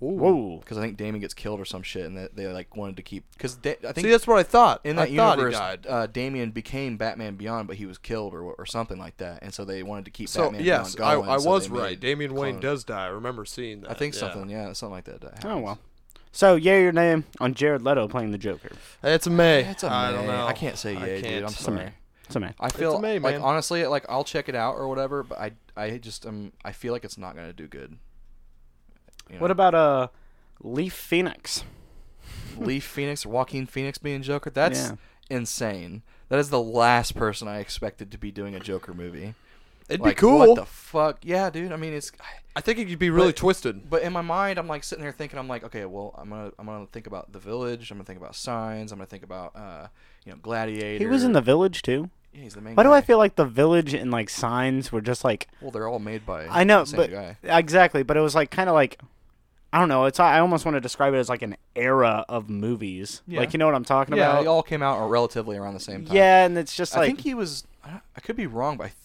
S2: Whoa.
S3: because I think Damien gets killed or some shit, and that they like wanted to keep because I think
S1: See, that's what I thought.
S3: in that
S1: I thought he
S3: universe,
S1: died.
S3: uh, Damien became Batman Beyond, but he was killed or or something like that, and so they wanted to keep
S1: So
S3: Batman
S1: yes, I,
S3: Beyond going.
S1: I
S3: so
S1: was
S3: they made
S1: right. Damian Wayne
S3: clone.
S1: does die. I remember seeing that.
S3: I think
S1: yeah.
S3: something, yeah, something like that. that
S2: Oh
S3: happens.
S2: well. So yeah, your name on Jared Leto playing the Joker.
S1: It's a May.
S3: It's a
S1: I
S3: meh.
S1: don't know.
S3: I can't say
S1: I
S3: yay, dude.
S1: can't.
S3: I'm
S1: It's
S2: a meh.
S3: sorry.
S2: It's a man.
S3: I
S1: a
S3: feel
S1: meh,
S3: like
S1: man.
S3: honestly, like I'll check it out or whatever, but I, I just um, I feel like it's not gonna do good. You
S2: What
S3: know?
S2: about uh, Leaf Phoenix?
S3: Leaf Phoenix, Joaquin Phoenix being Joker? That's
S2: Yeah.
S3: insane. That is the last person I expected to be doing a Joker movie.
S1: It'd
S3: Like,
S1: be cool.
S3: What the fuck? Yeah, dude. I mean, it's.
S1: I think it could be really
S3: But-
S1: twisted.
S3: But in my mind, I'm like sitting there thinking, I'm like, okay, well, I'm gonna, I'm gonna think about the village. I'm gonna think about signs. I'm gonna think about, uh, you know, Gladiator.
S2: He was in the Village too.
S3: Yeah, he's the main.
S2: Why do I
S3: guy.
S2: feel like the Village and like signs were just like
S3: Well, they're all made by.
S2: I know,
S3: the same
S2: but
S3: guy.
S2: exactly. But it was like kind of like I don't know. It's I almost want to describe it as like an era of movies.
S3: Yeah.
S2: Like you know what I'm talking
S3: yeah,
S2: about?
S3: they all came out relatively around the same time.
S2: yeah, and it's just
S3: I
S2: like
S3: think he was. I don't- I could be wrong, but I. Th-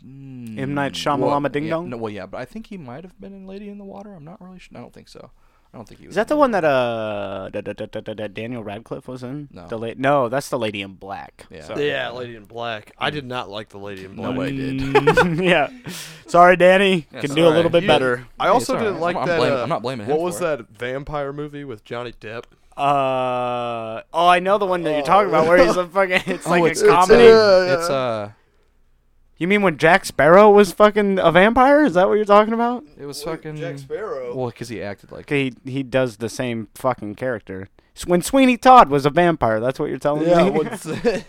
S2: M. Night
S3: Hmm, well,
S2: Shyamalama Ding
S3: yeah,
S2: Dong?
S3: No, well, yeah, but I think he might have been in Lady in the Water. I'm not really sure. I don't think so. I don't think he was.
S2: is that the
S3: in Lady
S2: one that uh da, da, da, da, da, da, Daniel Radcliffe was in?
S3: No.
S2: The la- no, that's the Lady in Black.
S3: Yeah.
S2: Sorry.
S1: Yeah, Lady in Black. I did not like the Lady in Black.
S3: Nobody did.
S2: Mm, yeah. Sorry, Danny.
S3: Yeah,
S2: Can
S3: it's
S2: do a
S3: alright.
S2: little bit
S1: You-
S2: better.
S1: I
S3: Hey,
S1: also
S3: it's all
S1: didn't
S3: right.
S1: like
S3: I'm- I'm
S1: that.
S3: blaming-
S1: uh,
S3: I'm not blaming him
S1: What was
S3: for
S1: that vampire movie with Johnny Depp?
S2: Uh, oh, I know the one that you're talking about where he's a fucking. It's like
S3: Oh, it's,
S2: a comedy.
S1: uh, Yeah,
S3: It's
S1: yeah.
S3: uh,
S2: you mean when Jack Sparrow was fucking a vampire? Is that what you're talking about?
S3: it was
S1: Wait,
S3: fucking.
S1: Jack Sparrow.
S3: Well, because he acted like.
S2: He he does the same fucking character. S- When Sweeney Todd was a vampire, that's what you're telling
S1: yeah.
S2: me.
S1: what's-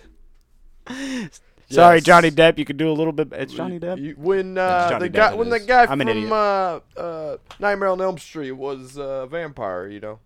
S2: Sorry,
S1: Yes.
S2: Johnny Depp. You could do a little bit. It's Johnny Depp.
S1: You- When uh,
S2: Johnny
S1: the guy,
S2: Depp it
S1: when the
S2: is.
S1: guy
S2: I'm an
S1: from
S2: idiot.
S1: uh, uh, Nightmare on Elm Street was a uh, vampire, you know,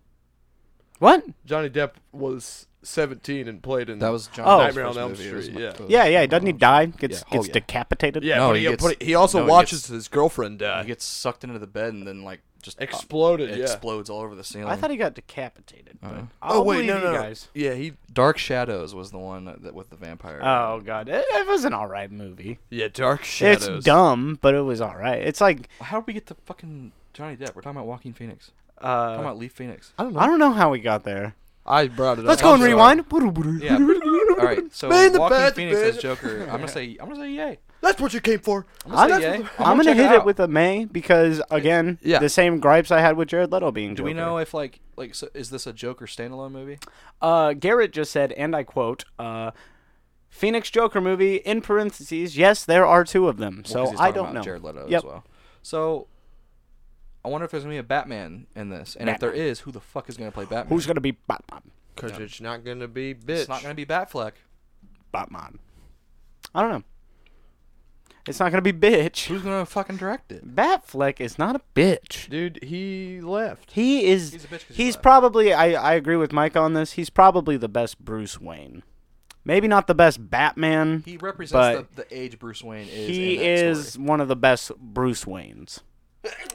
S2: What?
S3: Oh,
S1: Johnny Depp was 17 and played in
S3: That was John.
S2: Oh.
S3: Hill's
S1: Nightmare on
S3: first
S1: Elm
S3: movie. It was
S1: Street,
S3: my-
S1: yeah.
S3: it was
S2: Yeah, yeah.
S3: my
S2: Doesn't he
S3: first.
S2: die? Gets
S3: Yeah. Oh,
S2: gets
S3: yeah.
S2: decapitated.
S1: Yeah,
S3: No,
S1: but,
S3: he
S1: he,
S3: gets-
S1: but he also
S3: no, he
S1: watches
S3: gets-
S1: his girlfriend die.
S3: He gets uh, sucked into the bed and then like just
S1: exploded.
S3: it
S1: yeah.
S3: explodes all over the ceiling.
S2: I thought he got decapitated. But
S3: Uh-huh.
S2: I'll
S1: Oh,
S2: believe you guys.
S1: Yeah, he.
S3: Dark Shadows was the one that with the vampire.
S2: Oh god, it, it was an all right movie.
S1: Yeah, Dark Shadows.
S2: It's dumb, but it was all right. It's like
S3: How did we get to fucking Johnny Depp? We're talking about Joaquin Phoenix. We're talking
S2: uh,
S3: about Lee Phoenix.
S1: I don't know.
S2: I don't know how we got there.
S1: I brought it
S2: Let's
S1: up.
S2: go and
S1: I'm sorry.
S2: rewind.
S3: Yeah. All right. So
S1: Man, the
S3: Joaquin
S1: bad
S3: Phoenix
S1: bitch.
S3: as Joker. I'm gonna say. I'm gonna say yay.
S1: That's what you came for.
S3: I'm
S2: I'm,
S3: gonna say yay.
S2: I'm gonna
S3: check
S2: hit it,
S3: out.
S2: with a May because again,
S3: Yeah.
S2: the same gripes I had with Jared Leto being.
S3: Do we
S2: Joker.
S3: know if like like so is this a Joker standalone movie?
S2: Uh, Garrett just said, and I quote, uh, "Phoenix Joker movie." In parentheses, yes, there are two of them.
S3: Well, 'cause
S2: So
S3: he's
S2: I
S3: talking
S2: don't
S3: about
S2: know.
S3: Jared Leto
S2: Yep.
S3: as well. So I wonder if there's gonna be a Batman in this, and if there is, who the fuck is gonna play Batman?
S2: Who's gonna be Batman?
S1: Cause
S3: Yeah.
S1: it's not gonna be bitch.
S3: It's not gonna be Batfleck.
S2: Batman. I don't know. It's not gonna be bitch.
S3: Who's gonna fucking direct it?
S2: Batfleck is not a bitch.
S1: Dude, he left.
S2: He is.
S3: He's
S2: He's,
S3: a bitch 'cause he left.
S2: probably. I, I agree with Mike on this. He's probably the best Bruce Wayne. Maybe not the best Batman.
S3: He represents
S2: But
S3: the, the age Bruce Wayne is.
S2: he
S3: in that
S2: is
S3: story.
S2: one of the best Bruce Waynes.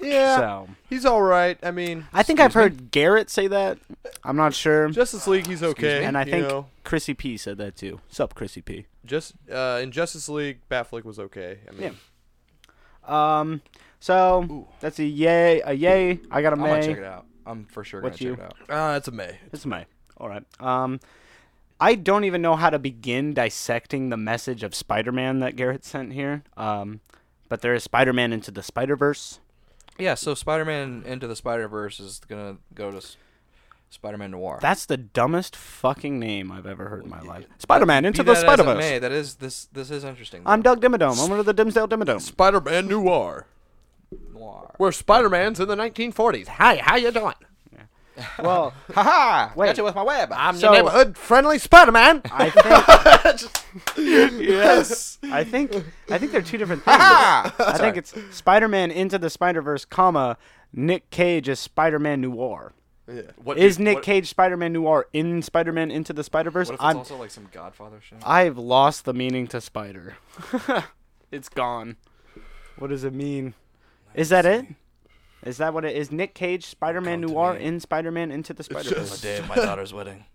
S1: Yeah,
S2: So
S1: he's all right. I mean,
S2: I think I've heard Garrett say that. I'm not sure.
S1: Justice League, he's okay.
S3: me?
S2: and I
S1: you
S2: think
S1: know.
S2: Chrissy P said that too. Sup, Chrissy P.
S1: just uh, in Justice League, Batfleck was okay. I mean,
S2: Yeah. Um. So
S3: Ooh.
S2: that's a yay. A yay. I got a
S3: I'm gonna
S2: May.
S3: check it out. I'm for sure
S2: What's
S3: gonna
S2: you?
S3: check it out.
S1: Ah, it's a May.
S2: It's a May. All right. Um. I don't even know how to begin dissecting the message of Spider-Man that Garrett sent here. Um. But there is Spider-Man into the Spider-Verse.
S3: Yeah, so Spider-Man Into the Spider-Verse is gonna go to s- Spider-Man Noir.
S2: That's the dumbest fucking name I've ever heard in my life.
S3: y-
S2: Spider-Man into
S3: Be
S2: the
S3: that as it
S2: Spider-Verse.
S3: may, That is this. This is interesting.
S2: I'm Doug Dimmadome. I'm one of the Dimsdale Dimmadomes.
S1: Spider-Man Noir,
S3: Noir.
S1: where Spider-Man's in the 1940s. Hi, how you doing?
S2: Well,
S1: Ha ha!
S2: Wait.
S1: with my web. I'm
S2: So-
S1: your neighborhood-friendly Spider-Man.
S2: I think
S1: yes.
S2: I think I think they're two different things.
S1: ha!
S2: I think it's Spider-Man into the Spider-Verse, comma Nick Cage is Spider-Man Noir.
S1: Yeah. What
S2: Is
S1: do-
S2: Nick
S1: what-
S2: Cage Spider-Man Noir in Spider-Man into the Spider-Verse?
S3: What if it's
S2: I'm,
S3: also like some Godfather shit?
S2: I've lost the meaning to Spider. it's gone. What does it mean? Is that it? Is that what it is? Nick Cage Spider-Man
S3: Come to
S2: Noir
S3: me.
S2: in Spider-Man into the Spider-Verse.
S3: the day of my daughter's wedding,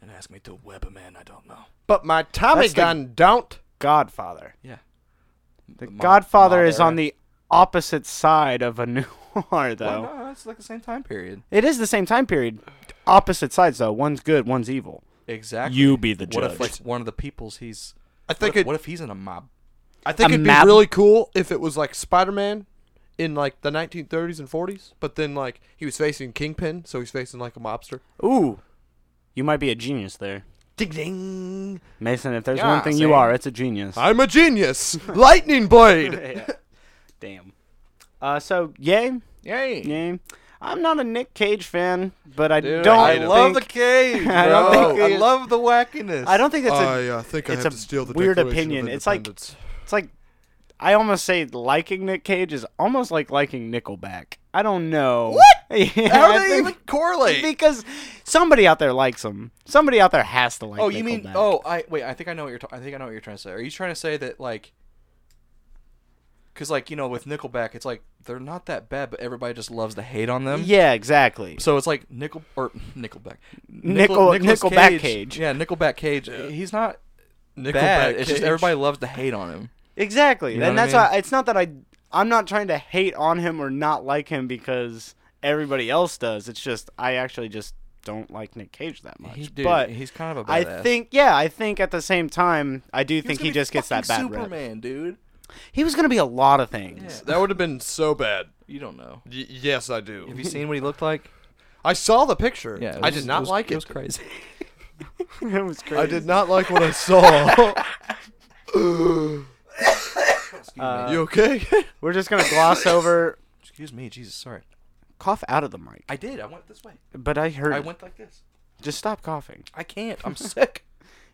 S3: and ask me to web a man I don't know.
S1: But my Tommy
S2: That's the-
S1: gun don't.
S2: Godfather.
S3: Yeah.
S2: The Godfather is on the opposite side of a noir,
S3: Well,
S2: though.
S3: no, it's like the same time period.
S2: It is the same time period. Opposite sides, though. One's good, one's evil.
S3: Exactly.
S2: You be the
S3: What if
S2: judge.
S3: it's one of the peoples he's?
S1: I
S3: What
S1: think
S3: if,
S1: it.
S3: what if he's in a mob?
S1: I think
S2: a
S1: it'd
S2: map-
S1: be really cool if it was like Spider-Man in like the 1930s and 40s, but then like he was facing Kingpin, so he's facing like a mobster.
S2: Ooh, you might be a genius there,
S1: Ding ding.
S2: Mason. If there's
S1: Yeah,
S2: one thing
S1: same.
S2: you are, it's a genius.
S1: I'm a genius. Lightning blade.
S2: Yeah. Damn. Uh, so yay,
S3: Yay!
S2: yay. I'm not a Nick Cage fan, but I
S1: Dude,
S2: don't.
S1: I love
S2: think-
S3: cage.
S2: I don't
S1: bro.
S2: think it-
S3: love the wackiness.
S2: I don't think that's a.
S1: uh, think
S2: it's a weird opinion. It's like- It's like I almost say liking Nick Cage is almost like liking Nickelback. I don't know. What? Yeah,
S1: How
S2: I
S1: do they
S2: think-
S1: even correlate?
S2: Because somebody out there likes him. Somebody out there has to like.
S3: Oh, you mean?
S2: Nickelback.
S3: Oh, I wait. I think I know what you're. Ta- I think I know what you're trying to say. Are you trying to say that like? Because like you know, with Nickelback, it's like they're not that bad, but everybody just loves to hate on
S1: oh,
S3: them.
S2: Yeah, exactly.
S3: So it's like Nickel or Nickelback.
S2: Nickel-
S3: Nicolas
S2: Nickelback Cage.
S3: Yeah, Nickelback Cage. He's not
S1: Nickelback
S3: bad. It's just
S1: Cage.
S3: everybody loves to hate on him.
S2: Exactly.
S3: You know
S2: and
S3: what I
S2: that's
S3: mean?
S2: why it's not that I I'm not trying to hate on him or not like him because everybody else does. It's just I actually just don't like Nick Cage that much.
S3: He, dude,
S2: but
S3: he's kind of a badass.
S2: I think yeah, I think at the same time I do
S3: was
S2: think
S3: gonna
S2: he
S3: be
S2: just gets that bad
S3: fucking
S2: rep.
S3: Superman, dude.
S2: He was going to be a lot of things.
S1: That would have been so bad.
S3: You don't know.
S1: Y- yes, I do.
S3: Have you seen what he looked like?
S1: I saw the picture.
S3: Yeah, it
S1: I
S3: was-
S1: did not
S3: was-
S1: like
S3: It
S1: it.
S3: was crazy.
S2: it was crazy.
S1: I did not like what I saw.
S2: Uh,
S1: you okay?
S2: We're just gonna gloss over.
S3: Excuse me, Jesus, sorry.
S2: Cough out of the mic.
S3: I did. I went this way.
S2: But I heard.
S3: I went like this.
S2: just stop coughing.
S3: I can't. I'm sick.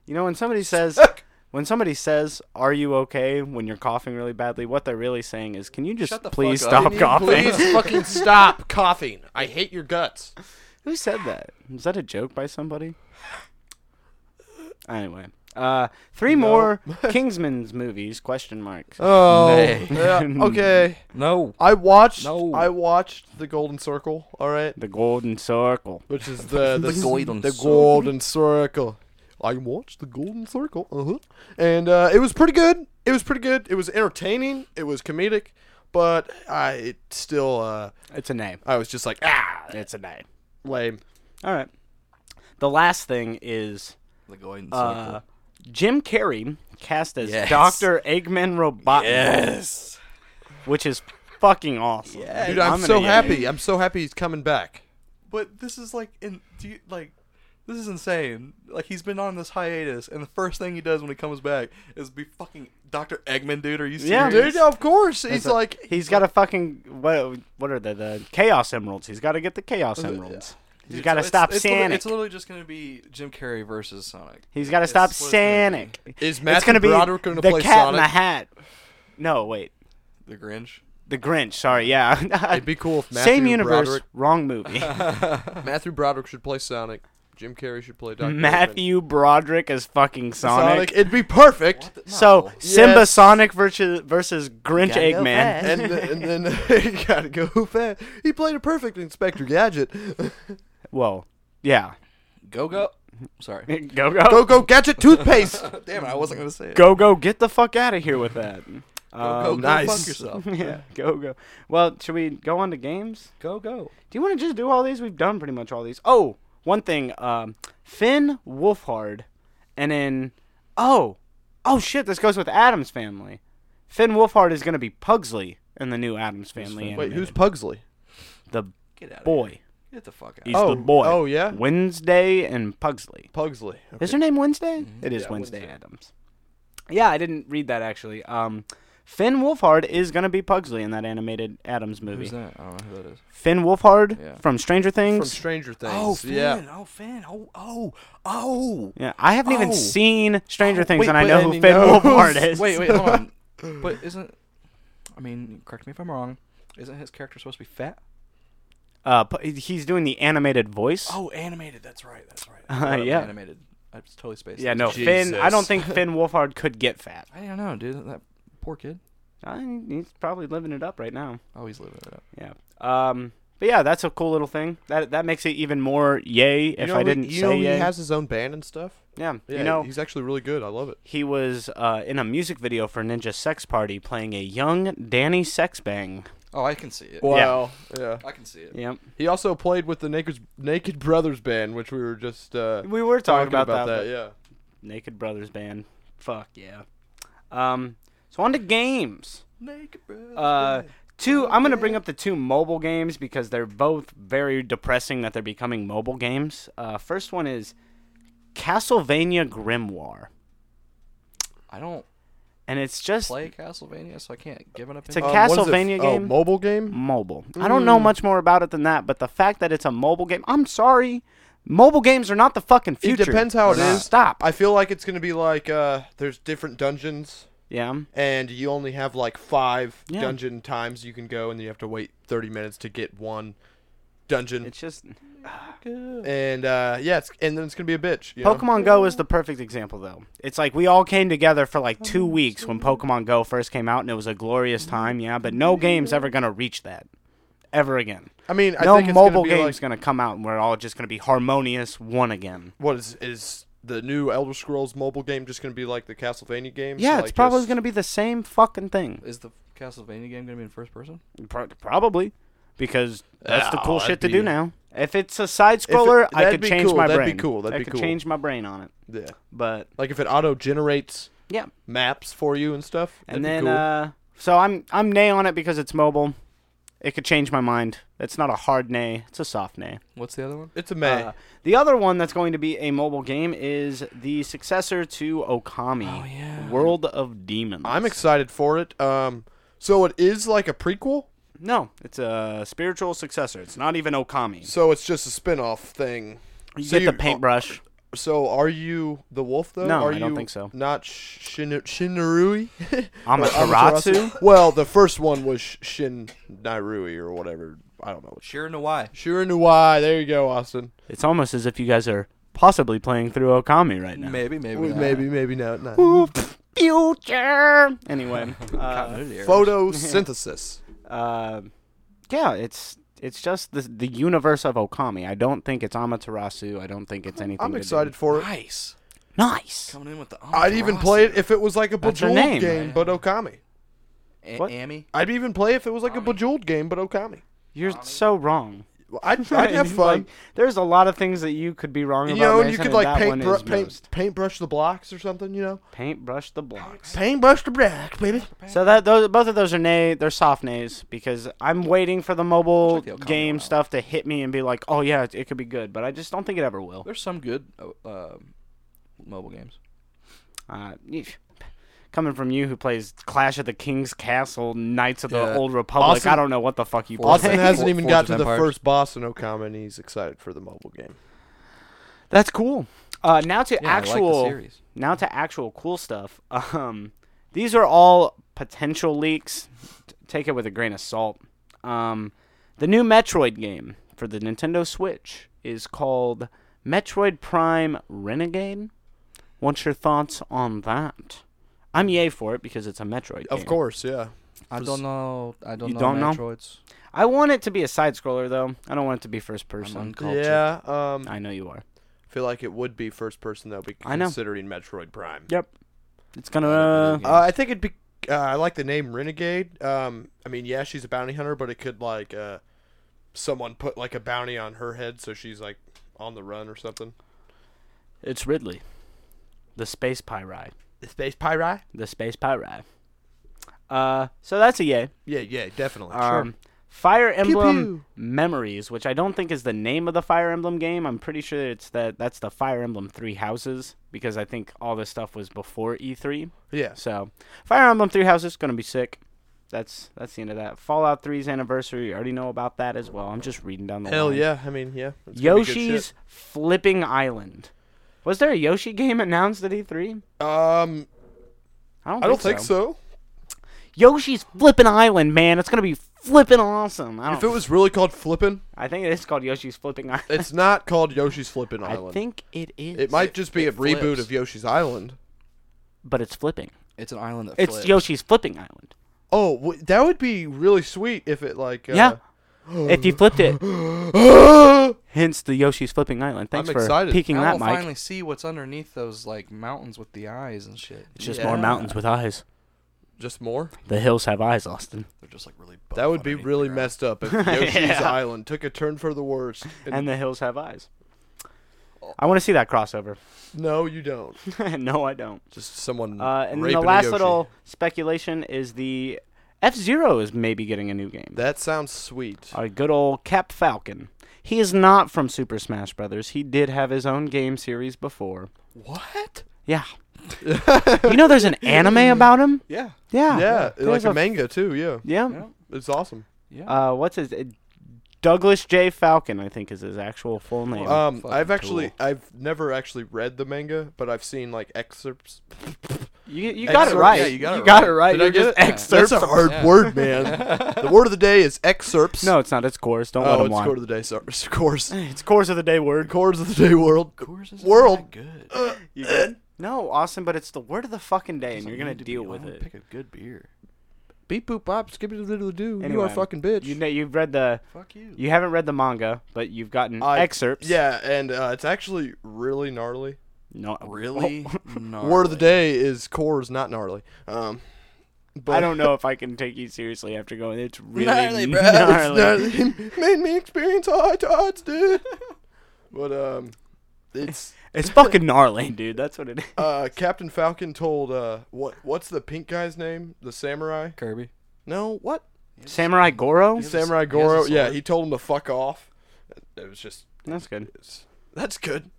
S2: You know when somebody says
S3: Sick.
S2: when somebody says "Are you okay?" when you're coughing really badly, what they're really saying is, "Can you just
S3: Shut the
S2: please
S3: fuck up.
S2: stop coughing?"
S1: Please fucking stop coughing. I hate your guts.
S2: Who said that? Was that a joke by somebody? Anyway, uh, three more Kingsman's movies? Question mark.
S1: Oh.
S3: Nay.
S1: yeah, okay.
S3: No.
S1: I watched.
S3: No.
S1: I watched the Golden Circle. All right,
S2: The Golden Circle.
S1: which is the the,
S3: The Golden
S1: the
S3: Circle.
S1: Golden Circle. I watched the Golden Circle. Uh huh. And uh, it was pretty good. It was pretty good. It was entertaining. It was comedic, but I it still. Uh,
S2: It's a name.
S1: I was just like ah
S2: It's a name.
S1: lame.
S2: All right. The last thing is
S3: The going
S2: uh, Jim Carrey cast as
S3: Yes.
S2: Doctor Eggman Robotnik, which is fucking awesome.
S3: Yes.
S1: Dude, I'm,
S2: gonna
S1: so
S2: get
S1: happy.
S2: it.
S1: I'm so happy he's coming back.
S3: But this is like, in, do you like? This is insane. Like he's been on this hiatus, and the first thing he does when he comes back is be fucking Doctor Eggman, dude. Are you
S2: Yeah,
S3: serious?
S1: Dude, of course. He's
S2: That's a-
S1: like
S2: he's got a fucking what? What are the the Chaos Emeralds? He's got to get the Chaos Emeralds. He's
S3: Dude,
S2: got to
S3: it's-
S2: stop
S3: it's, literally-
S2: Sonic.
S3: It's literally just gonna be Jim Carrey versus Sonic.
S2: He's got to
S3: It's
S2: stop
S3: what it's gonna
S2: Sonic.
S1: Is
S2: it's
S1: Matthew
S2: gonna be
S1: Broderick gonna
S2: the
S1: play
S2: Cat in
S1: Sonic?
S2: the Hat. No, wait,
S3: The Grinch.
S2: the Grinch. Sorry, yeah.
S1: It'd be cool if Matthew
S2: Same universe,
S1: Broderick,
S2: wrong movie.
S1: Matthew Broderick should play Sonic. Jim Carrey should play Doctor
S2: Matthew Broderick as fucking
S1: Sonic.
S2: Sonic.
S1: It'd be perfect.
S3: the-
S2: So
S3: No.
S2: Simba
S1: Yes.
S2: Sonic versus versus Grinch
S3: Gotta go
S2: Eggman.
S3: fast.
S1: and, th- and then he gotta go fast. He played a perfect Inspector Gadget.
S2: Whoa, yeah.
S3: Go go. Sorry.
S2: go go
S1: go go gadget toothpaste.
S3: Damn it! I wasn't gonna say it.
S2: go go get the fuck out of here with that. Um,
S3: go, go
S1: nice.
S3: fuck yourself.
S2: yeah, go go. Well, should we go on to games?
S3: Go go.
S2: Do you want to just do all these? We've done pretty much all these. Oh, one thing. Um, Finn Wolfhard, and then oh, oh shit, this goes with Adam's family. Finn Wolfhard is gonna be Pugsley in the new Adam's family.
S1: Wait, who's
S2: animated.
S1: Pugsley?
S2: the
S3: Get out. of
S2: boy?
S3: Here. Get the fuck out.
S2: He's the boy.
S1: Oh yeah,
S2: Wednesday and Pugsley.
S1: Pugsley. Okay.
S2: Is her name Wednesday? It is
S1: Yeah,
S2: Wednesday,
S1: Wednesday.
S2: Adams. Yeah, I didn't read that actually. Um, Finn Wolfhard is gonna be Pugsley in that animated Adams movie.
S3: Who's that? I don't know who that is.
S2: Finn Wolfhard
S3: Yeah.
S2: from Stranger
S1: From
S2: Things.
S1: Stranger Things.
S3: Oh, Finn.
S1: yeah.
S3: Oh, Finn. Oh, oh, oh.
S2: yeah, I haven't even
S3: Oh.
S2: seen Stranger Things,
S1: wait,
S2: and I
S1: but-
S2: know
S1: and
S2: who
S1: he
S2: Finn
S1: knows.
S2: Wolfhard is.
S3: Wait, wait, hold on. But isn't? I mean, correct me if I'm wrong. Isn't his character supposed to be fat?
S2: Uh, pu- he's doing the animated voice.
S3: Oh, animated. That's right. That's right.
S2: Uh,
S3: Forgot about
S2: yeah.
S3: Animated. I was totally spaced.
S2: yeah,
S3: out.
S2: no, Finn. I don't think Finn Wolfhard could get fat.
S3: I don't know, dude. That, that poor kid.
S2: I, he's probably living it up right now.
S3: Oh, he's living it up.
S2: Yeah. Um, but yeah, that's a cool little thing. That that makes it even more yay.
S1: You
S2: If
S1: know
S2: I
S1: he-
S2: didn't
S1: you
S2: say
S1: know
S2: yay.
S1: he has his own band and stuff.
S2: yeah,
S1: Yeah,
S2: you know
S1: he's actually really good. I love it.
S2: He was uh, in a music video for Ninja Sex Party playing a young Danny Sexbang.
S3: Oh, I can see it.
S1: Wow. yeah.
S3: I can see it.
S2: Yep.
S1: He also played with the Naked Naked Brothers band, which we were just uh,
S2: We were
S1: talking
S2: talking, about, that.
S1: that. Yeah.
S2: but Naked Brothers Band. Fuck yeah. Um, so on to games.
S3: Naked brother.
S1: Um,
S2: Uh, two. I'm gonna bring up the two mobile games because they're both very depressing that they're becoming mobile games. Uh, first one is Castlevania Grimoire,
S3: I don't
S2: and it's just
S3: play Castlevania, so I can't give it up.
S2: It's a
S3: any-
S2: ca-
S1: what is it?
S2: Castlevania
S1: Oh,
S2: game?
S1: mobile game.
S2: mobile. I don't
S1: Mm.
S2: know much more about it than that, but the fact that it's a mobile game, I'm sorry. Mobile games are not the fucking future.
S1: It depends how it
S2: They're not.
S1: is.
S2: Stop.
S1: I feel like it's gonna be like uh, there's different dungeons,
S2: yeah.
S1: and you only have like five
S2: Yeah.
S1: dungeon times you can go, and you have to wait 30 minutes to get one dungeon.
S2: It's just
S1: and uh, yeah, it's, and then it's gonna be a bitch. you know?
S2: Pokemon Go is the perfect example though. It's like we all came together for like 2 weeks when Pokemon Go first came out and it was a glorious time, yeah, but no game's ever going to reach that ever again.
S1: I mean, I
S2: no
S1: think it's
S2: mobile
S1: gonna be
S2: game's
S1: Like,
S2: going to come out and we're all just going to be harmonious one again.
S1: what is is the new Elder Scrolls mobile game just gonna be like the Castlevania game?
S2: Yeah,
S1: like
S2: it's probably
S1: just-
S2: going to be the same fucking thing.
S3: Is the Castlevania game gonna be in first person?
S2: Pro- probably because that's the
S1: Oh,
S2: cool
S1: that'd
S2: shit to
S1: be-
S2: do now. If it's a side scroller, I
S1: that'd
S2: could
S1: be
S2: change
S1: cool,
S2: my
S1: that'd
S2: brain.
S1: be cool, that'd
S2: I
S1: be
S2: could
S1: cool.
S2: change my brain on it.
S1: Yeah.
S2: But
S1: Like if it auto generates
S2: yeah,
S1: maps for you and stuff.
S2: and
S1: that'd
S2: then
S1: be cool.
S2: uh, so I'm I'm nay on it because it's mobile. It could change my mind. It's not a hard nay. It's a soft nay.
S3: What's the other one?
S1: It's a May.
S2: Uh, the other one that's going to be a mobile game is the successor to Okami,
S3: Oh, yeah.
S2: World of Demons.
S1: I'm excited for it. Um, so it is like a prequel.
S2: No, it's a spiritual successor. It's not even Okami.
S1: So it's just a spin-off thing.
S2: You
S1: So
S2: get the
S1: you- uh,
S2: paintbrush.
S1: So are you the wolf though?
S2: No,
S1: are
S2: I don't
S1: you
S2: think so.
S1: Not Shin- Shinrui.
S2: I'm a
S1: Or
S2: Amaterasu.
S1: Well, the first one was Sh- Shinrui or whatever. I don't know.
S3: Sure and why.
S1: Shirinui. There you go, Austin.
S2: It's almost as if you guys are possibly playing through Okami right now.
S3: Maybe, maybe,
S1: Maybe,
S3: not.
S1: maybe, maybe not. not.
S2: Ooh, Future. Anyway, uh,
S3: Continuity errors.
S1: Photosynthesis.
S2: uh, yeah, it's it's just the the universe of Okami. I don't think it's Amaterasu. I don't think it's anything.
S1: I'm
S2: to do-
S1: excited for it.
S3: Nice.
S2: Nice.
S3: Coming in with the.
S1: I'd even play it if it was like a
S2: That's her
S1: Bejeweled
S2: name,
S1: game,
S2: right?
S1: but Okami.
S3: A-
S2: What?
S3: Amy.
S1: I'd even play if it was like a Bejeweled game, but Okami.
S2: You're so wrong.
S1: Well, I'd, I'd have
S2: Like,
S1: fun.
S2: there's a lot of things that you could be wrong
S1: you
S2: about.
S1: know, and you
S2: Mason,
S1: could like
S2: that
S1: paint,
S2: one
S1: bru-
S2: is
S1: paint,
S2: most.
S1: paintbrush the blocks or something. You know,
S2: paintbrush the blocks.
S1: paintbrush the blocks, baby.
S2: So that those both of those are nay, they're soft nays because I'm waiting for the mobile
S3: Check the Okami
S2: game
S3: one out.
S2: stuff to hit me and be like, oh yeah, it, it could be good, but I just don't think it ever will.
S3: There's some good uh, um, mobile games.
S2: Uh, yeesh. coming from you who plays Clash of the King's Castle, Knights of the
S1: Yeah.
S2: Old Republic,
S1: Austin-
S2: I don't know what the fuck you play.
S1: Austin hasn't
S3: For-
S1: even
S3: Forge
S1: got
S3: of
S1: to the
S3: Empires.
S1: first boss in Okami, and he's excited for the mobile game.
S2: That's cool. Uh, now to
S3: Yeah, I like
S2: actual
S3: the series.
S2: now to actual cool stuff. Um, these are all potential leaks. T- Take it with a grain of salt. Um, the new Metroid game for the Nintendo Switch is called Metroid Prime Renegade. What's your thoughts on that? I'm yay for it because it's a Metroid.
S1: Of
S2: game.
S1: course, yeah.
S3: I don't know. I don't
S2: You
S3: know.
S2: don't know?
S3: Metroids.
S2: I want it to be a side scroller though. I don't want it to be first
S3: I'm
S2: person.
S3: uncultured.
S1: Yeah, um, I
S2: I know you are.
S1: feel like it would be first person though, be-
S2: I know.
S1: considering Metroid Prime.
S2: Yep. It's gonna.
S3: Yeah.
S1: Uh, I think it'd be. Uh, I like the name Renegade. Um, I mean, yeah, she's a bounty hunter, but it could like uh, someone put like a bounty on her head, so she's like on the run or something.
S2: It's Ridley, the space pyrite.
S1: The space pyrite.
S2: the space pirate. Uh, so that's a yay.
S1: Yeah, yeah, definitely.
S2: Um, Fire Emblem
S1: pew.
S2: Memories, which I don't think is the name of the Fire Emblem game. I'm pretty sure it's that that's the Fire Emblem Three Houses because I think all this stuff was before E3.
S1: Yeah.
S2: So Fire Emblem Three Houses gonna be sick. That's that's the end of that. Fallout 3's anniversary. You already know about that as well. I'm just reading down the
S1: Hell
S2: line.
S1: yeah. I mean, yeah. it's gonna be good shit.
S2: um, Yoshi's Flipping Island. Was there a Yoshi game announced at E3?
S1: Um,
S2: I don't.
S1: I don't think so.
S2: Yoshi's flipping island, man. It's gonna be flipping awesome. I
S1: If
S2: don't.
S1: it was really called Flippin',
S2: I think it's called Yoshi's flipping island.
S1: it's not called Yoshi's Flippin' Island.
S2: I think it is.
S1: it might just be
S3: it
S1: a reboot
S3: flips.
S1: of Yoshi's Island.
S2: but it's flipping.
S3: It's an island that
S2: It's
S3: flips.
S2: Yoshi's flipping island.
S1: Oh, w- that would be really sweet if it like. Uh,
S2: Yeah. if you flipped it, hence the Yoshi's flipping island. Thanks
S1: I'm
S2: for
S1: excited.
S2: peeking
S3: Now
S2: that,
S3: we'll
S2: Mike.
S3: finally see what's underneath those like mountains with the eyes and shit.
S2: It's just
S1: Yeah.
S2: more mountains with eyes.
S1: Just more.
S2: The hills have eyes, Austin.
S3: They're just like really.
S1: That would be really messed up if Yoshi's
S2: Yeah.
S1: Island took a turn for the worse. And
S2: And the hills have eyes. I want to see that crossover.
S1: no, you don't.
S2: no, I don't.
S1: Just someone.
S2: Uh, and then
S1: raping a
S2: the last
S1: Yoshi.
S2: little speculation is the F Zero is maybe getting a new game.
S1: That sounds sweet.
S2: Our good old Cap Falcon. He is not from Super Smash Brothers. He did have his own game series before.
S3: What?
S2: Yeah. you know there's an anime about him?
S3: Yeah.
S2: Yeah.
S1: yeah,
S2: There's
S1: like a
S2: a-
S1: manga too. Yeah,
S2: Yeah.
S3: Yeah.
S1: it's awesome.
S3: Yeah.
S2: Uh, what's his uh, Douglas J. Falcon, I think is his actual full name.
S3: Uh,
S1: Um,
S3: fucking
S1: I've actually,
S3: cool.
S1: I've never actually read the manga, but I've seen like excerpts.
S2: you you got it
S1: excerpt-
S2: right.
S3: yeah, you got it right.
S1: Did I
S2: Uh, You're
S1: get
S2: just
S1: it?
S2: excerpts.
S1: That's a hard
S3: Yeah.
S1: word, man. the word of the day is excerpts.
S2: No, it's not. It's cores. Don't let
S1: oh,
S2: him
S1: it's
S2: lie.
S1: word of the day. Sorry, it's course.
S2: It's cores of the day word.
S1: Chords of the day world.
S3: Coors is
S1: World.
S3: good.
S2: You good? No, Austin, but it's the word of the fucking day, and you're gonna
S3: Doesn't need to
S2: deal
S3: be- I
S2: with
S3: wanna
S2: it.
S3: Pick a good beer.
S1: Beep boop bop. Skip it a little do. you
S2: Anyway,
S1: are a fucking bitch.
S2: You know, you've read the,
S3: Fuck you.
S2: you haven't read the manga, but you've gotten
S1: I-
S2: excerpts.
S1: yeah, and uh, it's actually really gnarly.
S2: No,
S3: Really? No.
S1: Word of the day is cores, not gnarly. Um, but
S2: oh, I don't know if I can take you seriously after going. It's really gnarly.
S3: Gnarly, bro. It's
S1: Gnarly made me experience hard odds, dude. But um, it's
S2: It's fucking gnarly, dude. That's what it is.
S1: uh, Captain Falcon told uh, what what's the pink guy's name? The samurai?
S3: Kirby.
S1: No, what?
S2: Samurai Goro.
S3: He has a-
S1: Samurai
S3: he has a
S1: Goro. yeah,
S3: sword.
S1: he told him to fuck off. It was just.
S2: That's good.
S1: It's, that's good.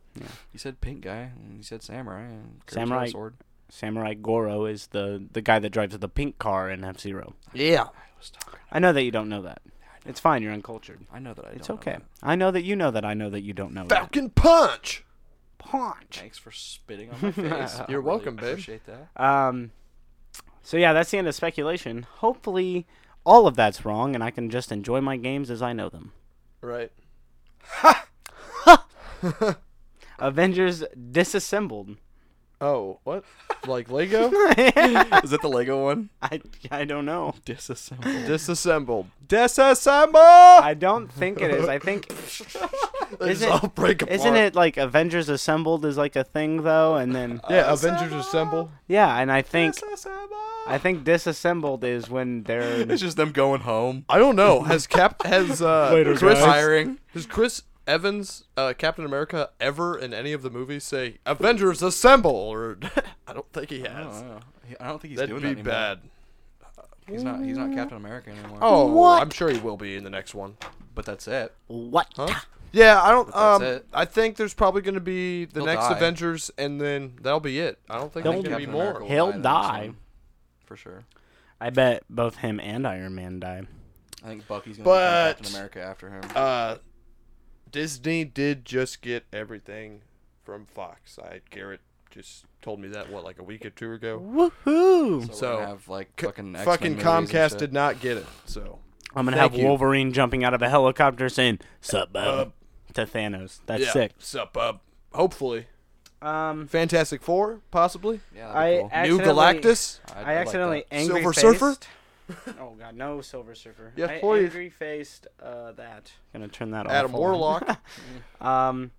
S3: You said pink guy. and You said samurai. and Kirby's got a
S2: Samurai.
S3: sword.
S2: Samurai Goro is the the guy that drives the pink car in F Zero.
S1: Yeah.
S3: I was talking.
S2: I know that you don't know that. It's fine. You're uncultured.
S3: I know that I.
S2: It's
S3: don't know
S2: okay.
S3: that.
S2: I know that you know that I know that you don't know that.
S1: Falcon punch.
S2: Punch.
S3: Thanks for spitting on my face. I
S1: You're
S3: really
S1: welcome, babe.
S3: Appreciate that.
S2: Um. So yeah, that's the end of speculation. Hopefully, all of that's wrong, and I can just enjoy my games as I know them.
S1: Right.
S2: Avengers disassembled.
S1: Oh, what? Like Lego?
S2: I,
S3: Is that the Lego one?
S2: I don't know.
S3: Disassembled.
S1: Disassembled. Disassemble.
S2: I don't think it is. I think
S1: They just
S2: Isn't-
S1: all break apart.
S2: isn't it like Avengers assembled is like a thing though, and then
S1: Yeah, Avengers assemble.
S2: yeah, and I think I
S1: Disassemble.
S2: think disassembled is when they're
S3: It's just them going home.
S1: I don't know. Has Cap has uh
S2: Later,
S1: Chris
S2: guys.
S3: Hiring.
S1: Does Chris Evans, uh, Captain America, ever in any of the movies say "Avengers Assemble"? Or I don't think he
S3: I don't
S1: has.
S3: know. He- I don't think he's
S1: That'd
S3: doing
S1: be
S3: that anymore.
S1: bad.
S3: He's not. He's not Captain America anymore.
S1: Oh,
S2: What?
S1: I'm sure he will be in the next one.
S3: but that's it.
S2: what?
S1: Huh? Yeah, I don't.
S3: that's
S1: Um,
S3: it.
S1: I think there's probably going to be the
S3: He'll
S1: next
S3: die.
S1: Avengers, and then that'll be it. I don't think
S2: He'll
S1: there's going to
S2: Captain
S1: be
S3: America
S1: more.
S3: will
S2: He'll
S3: in the next
S2: die.
S3: one, for sure.
S2: I bet both him and Iron Man die.
S3: I think Bucky's gonna
S1: But-
S3: become Captain America after him.
S1: Uh, Disney did just get everything from Fox. I Garrett just told me that what like a week or two ago.
S2: Woohoo!
S3: So,
S1: so,
S3: we're gonna have like
S1: C-
S3: fucking X-Men
S1: fucking
S3: movies and
S1: Comcast
S3: shit.
S1: did not get it. So
S2: I'm gonna
S1: Thank
S2: have
S1: you.
S2: Wolverine jumping out of a helicopter saying "Sup, bub"
S1: Bub.
S2: to Thanos. That's
S1: yeah,
S2: sick.
S1: Sup up. Hopefully,
S2: Um,
S1: Fantastic Four possibly.
S3: Yeah,
S2: I
S3: that'd be cool.
S2: ac-
S1: New
S2: Accidentally-
S1: Galactus.
S3: I'd-
S2: I
S3: I'd
S2: accidentally
S3: Like
S2: angry
S1: Silver Surfer?
S2: oh god, no Silver Surfer.
S1: Yes,
S2: I
S1: please.
S2: angry faced uh, that. Gonna turn that off.
S1: Adam
S2: hold on.
S1: Warlock.
S2: Um,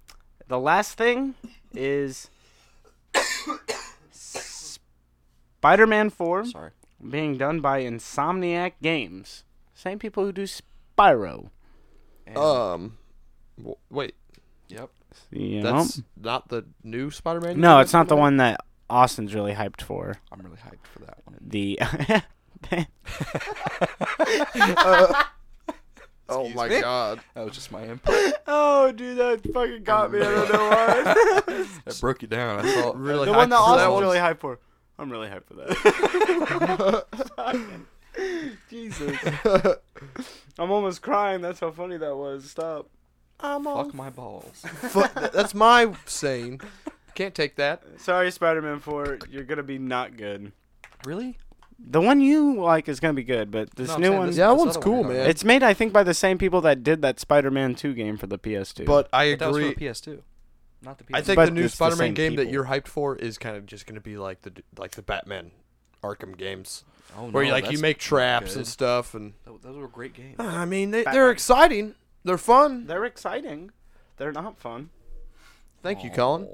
S2: the last thing is Spider-Man Four
S3: that. Sorry.
S2: being done by Insomniac Games, same people who do Spyro.
S3: And-
S1: um, w- wait,
S3: Yep.
S2: You know?
S1: that's not the new Spider-Man.
S2: No, it's not the one that Austin's really hyped for.
S3: I'm really hyped for that one.
S2: The
S1: Oh my god.
S3: That was just my input.
S2: oh, dude, that fucking got
S3: me. I don't know
S2: why.
S3: That broke you down. I saw.
S1: Really
S2: the one that
S1: hyped for that
S2: Austin's
S1: one.
S2: really hyped for. I'm really hyped for that. Jesus, I'm almost crying. That's how funny that was. Stop. I'm
S3: Fuck my balls.
S1: Fuck, that- that's my saying. Can't take that.
S2: Sorry, Spider-Man 4, you're gonna be not good.
S3: Really?
S2: The one you like is gonna be good, but this
S3: No, I'm
S2: new
S3: saying
S2: one,
S3: this-
S1: Yeah, that
S3: this
S1: one's
S3: other one
S1: cool,
S3: you're
S1: man.
S3: talking
S2: it's made I think by the same people that did that Spider-Man 2 game for the PS2.
S1: But I
S3: about. That was for
S1: agree.
S3: the PS2, not the PS.
S1: I think
S2: But
S1: the new
S2: it's the
S1: Spider-Man
S2: same
S1: game that
S2: people.
S1: you're hyped for is kind of just going to be like the like the Batman Arkham games,
S3: Oh,
S1: where
S3: no,
S1: you like you
S3: that's
S1: make
S3: not
S1: traps
S3: good.
S1: and stuff. And Ah,
S3: Tho- Those were great games.
S1: I mean, they,
S2: Batman.
S1: they're exciting. They're fun.
S2: they're exciting. They're not fun.
S1: Thank you, Colin.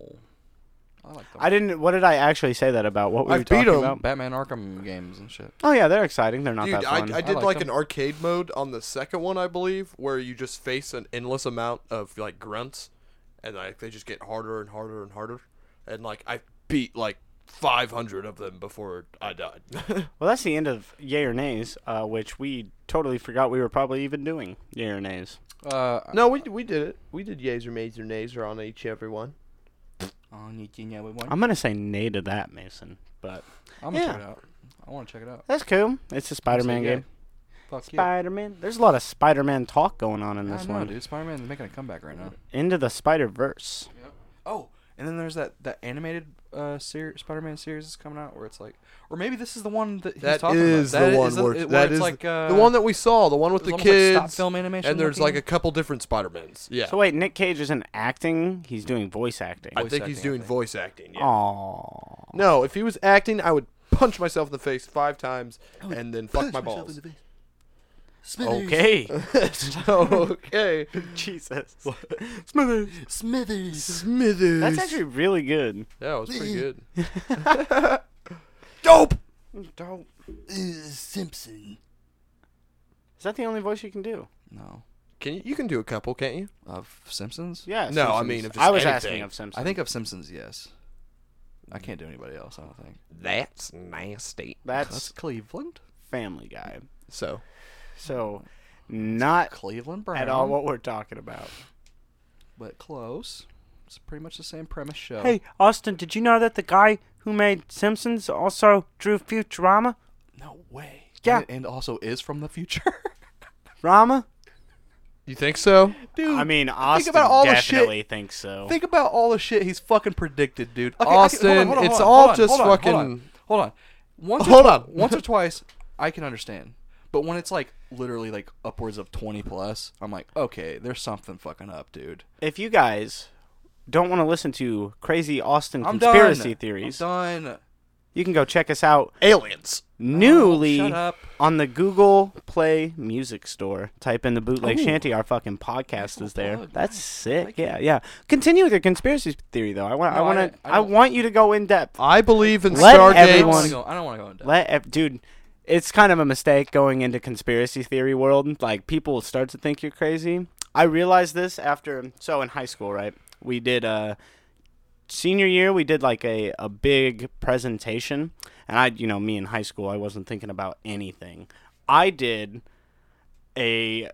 S3: I like them.
S2: I didn't. What did I actually say that about? What were
S1: I've
S2: you talking
S1: beat 'em.
S2: about?
S3: Batman Arkham games and shit.
S2: Oh yeah, they're exciting. They're not
S1: Dude,
S2: that
S1: I,
S2: fun.
S1: I did
S3: like
S1: like
S3: them.
S1: an arcade mode on the second one, I believe, where you just face an endless amount of like grunts, and like they just get harder and harder and harder, and like I beat like 500 of them before I died.
S2: well, that's the end of yay or nays, uh, which we totally forgot we were probably even doing yay or nays.
S3: Uh,
S1: no, we we did it. We did yays or nays or nays or on each every one.
S3: I'll need you now with one.
S2: I'm gonna say nay to that, Mason. But
S3: I'm gonna check
S2: yeah.
S3: it out. I want to check it out.
S2: that's cool. It's a Spider-Man
S3: yeah.
S2: game.
S3: Fuck
S2: Spider-Man. There's a lot of Spider-Man talk going on in
S3: you. I
S2: this
S3: know,
S2: one.
S3: dude. Spider-Man's making a comeback right now.
S2: Into the Spider-Verse.
S3: Oh, and then there's that that animated uh ser- Spider-Man series that's coming out where it's like, or maybe this is the one that he's
S1: That
S3: talking
S1: is
S3: about.
S1: the one
S3: the-
S1: where
S3: it-
S1: that
S3: it's
S1: is
S3: like uh,
S1: the one that we saw, the one with
S3: it was
S1: the
S3: almost like
S1: kids,
S3: stop film animation.
S1: and there's like a
S3: looking.
S1: couple different Spider-Mans. Yeah,
S2: So wait, Nick Cage isn't acting; he's doing voice acting.
S1: I
S3: voice
S1: think he's
S3: acting, I
S1: doing
S3: think.
S1: voice acting. Yeah.
S2: Aww.
S1: No, if he was acting, I would punch myself in the face five times and then fuck my balls.
S3: Oh.
S1: Oh,
S2: Okay.
S1: so okay.
S2: Jesus. Smithers.
S3: Smithers.
S1: Smithers.
S2: That's actually really good.
S1: yeah, it was pretty good. Dope.
S2: Dope.
S3: Simpson.
S2: Is that the only voice you can do?
S3: No.
S1: Can you? You can do a couple, can't you?
S3: Of Simpsons?
S2: Yeah.
S1: no, I
S2: Simpsons.
S1: mean, if just
S2: I was
S1: anything.
S2: asking of Simpsons.
S3: I think of Simpsons, yes. I can't do anybody else, I don't think.
S1: That's nasty.
S2: that's
S3: Cleveland?
S2: Family Guy.
S1: So
S2: So, not
S3: Cleveland Brown.
S2: at all what we're talking about.
S3: But close. It's pretty much the same premise show.
S2: Hey, Austin, did you know that the guy who made Simpsons also drew Futurama?
S3: No way.
S2: Yeah.
S3: And, and also is from the future.
S2: Rama?
S1: You think so?
S3: Dude.
S2: I mean, Austin
S3: about all the shit-
S2: definitely thinks so.
S3: Think about all the shit he's fucking predicted, dude. Okay,
S1: Austin, it's all just fucking-
S3: Hold on. Hold on. Once or
S1: Hold
S3: twi-
S1: on.
S3: once or twice, I can understand. But when it's like literally like upwards of 20 plus, I'm like, okay, there's something fucking up, dude.
S2: if you guys don't want to listen to crazy Austin
S3: I'm
S2: conspiracy
S3: done.
S2: theories,
S3: I'm done.
S2: you can go check us out
S1: Aliens.
S2: newly
S3: Oh, Shut up.
S2: on the Google Play Music Store. Type in the Bootleg Shanty. Our fucking podcast is there.
S3: plug.
S2: That's sick. yeah, yeah. Continue with your conspiracy theory though. I want. I
S3: No, I
S2: want
S3: don't-
S2: to.
S3: I
S2: I,
S3: don't-
S2: want you to go in depth.
S1: I believe in Stargate.
S2: Let
S3: I don't
S2: everyone-
S3: wanna
S2: Everyone's-
S3: go- I don't want to go in depth.
S2: Let ev- dude. It's kind of a mistake going into conspiracy theory world. Like people will start to think you're crazy. I realized this after. So in high school, right? We did uh senior year we did like a, a big presentation and i you know me in high school i wasn't thinking about anything i did a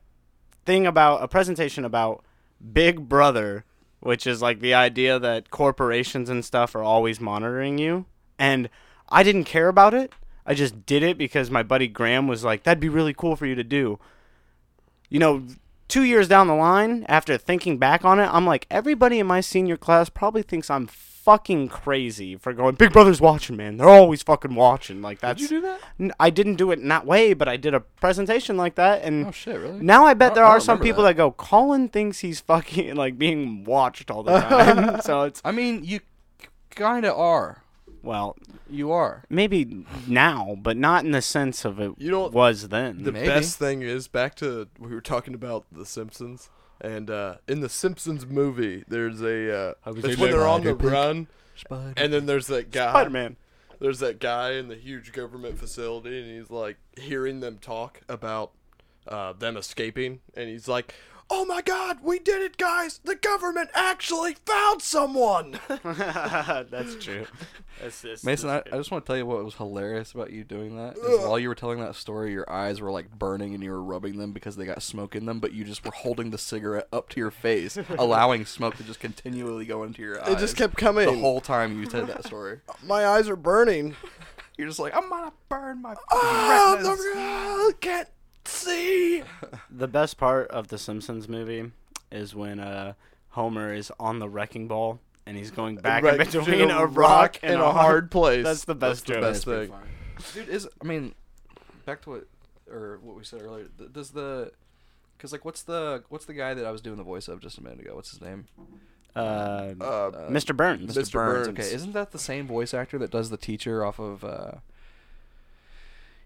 S2: thing about a presentation about big brother which is like the idea that corporations and stuff are always monitoring you and i didn't care about it i just did it because my buddy graham was like that'd be really cool for you to do you know, two years down the line, after thinking back on it, I'm like, everybody in my senior class probably thinks I'm fucking crazy for going, Big Brother's watching, man. They're always fucking watching. Like, that's.
S3: Did you do that?
S2: N- I didn't do it in that way, but I did a presentation like that, and
S3: Oh shit, really?
S2: now I bet
S3: I-
S2: there
S3: I
S2: are
S3: don't
S2: some
S3: remember
S2: people
S3: that.
S2: that. go, Colin thinks he's fucking, like, being watched all the time. so it's,
S3: I mean, you kind of are.
S2: well,
S3: You are.
S2: maybe now, but not in the sense of it
S1: You know,
S2: was then.
S1: The
S3: Maybe.
S1: best thing is back to we were talking about the Simpsons, and uh, in the Simpsons movie, there's a uh, it's when they're on the run, and then there's that guy.
S2: Spider-Man.
S1: There's that guy in the huge government facility, and he's like hearing them talk about uh, them escaping, and he's like, "Oh my God, we did it, guys! The government actually found someone."
S2: That's true. That's, that's,
S3: Mason, I, I just want to tell you what was hilarious about you doing that. Is while you were telling that story, your eyes were like burning and you were rubbing them because they got smoke in them, but you just were holding the cigarette up to your face, allowing smoke to just continually go into your eyes.
S1: it just kept coming.
S3: the whole time you said that story.
S1: my eyes are burning.
S3: You're just like, I'm gonna burn my
S1: Oh,
S3: fucking retinas."
S1: the- I can't see.
S2: The best part of the Simpsons movie is when uh, Homer is on the wrecking ball and he's going back in
S1: Right,
S2: between
S1: to
S2: a rock and a hard.
S1: place.
S2: That's the best joke.
S1: That's the
S3: That's
S1: best thing.
S3: Dude, is I mean, back to what or what we said earlier. th- Does the because like what's the what's the guy that I was doing the voice of just a minute ago? What's his name?
S2: Uh,
S1: Uh,
S2: Mr. Burns.
S1: Mr. Burns.
S3: Okay, isn't that the same voice actor that does the teacher off of uh,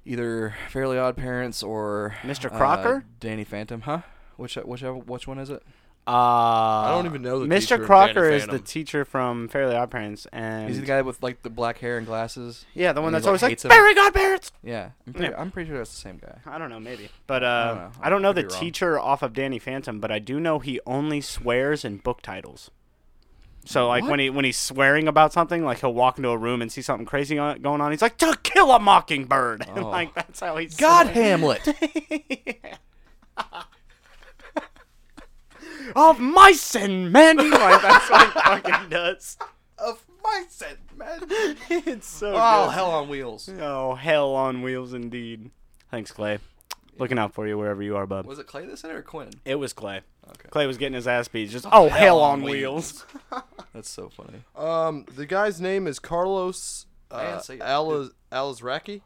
S3: either Fairly Odd Parents or
S2: Mr.
S3: uh,
S2: Crocker?
S3: Danny Phantom, huh? Which uh, which which one is it?
S2: Uh, I
S1: don't even know the teacher
S2: Mr.
S1: in
S2: Crocker
S1: Danny
S2: is the
S1: Phantom.
S2: teacher from Fairly Odd Parents, and
S3: Is he the guy with like the black hair and glasses?
S2: yeah, the one
S3: and he,
S2: that's always like
S3: hates it all?
S2: Fairly Odd Parents.
S3: Yeah, I'm pretty,
S2: Yeah.
S3: I'm pretty sure that's the same guy.
S2: I don't know, maybe, but uh,
S3: don't know.
S2: I don't know
S3: Could
S2: the
S3: be wrong.
S2: teacher off of Danny Phantom, but I do know he only swears in book titles. So like when
S3: What?
S2: he when he's swearing about something, like he'll walk into a room and see something crazy on, going on. He's like, "To kill a mockingbird," and
S3: Oh.
S2: like that's how he.
S3: God,
S2: swears.
S3: Hamlet.
S2: of mice and men. like that's what he fucking does.
S3: of my set, man.
S2: it's so.
S3: Oh,
S2: good.
S3: hell on wheels.
S2: Oh, hell on wheels indeed. Thanks, Clay. Looking out for you wherever you are, bub.
S3: Was it Clay that said it or Quinn?
S2: It was Clay.
S3: Okay.
S2: Clay was getting his ass beat. Just oh, hell on wheels.
S3: That's so funny.
S1: Um, the guy's name is Carlos uh,
S3: Man, say it.
S1: Aliz- Alizraki.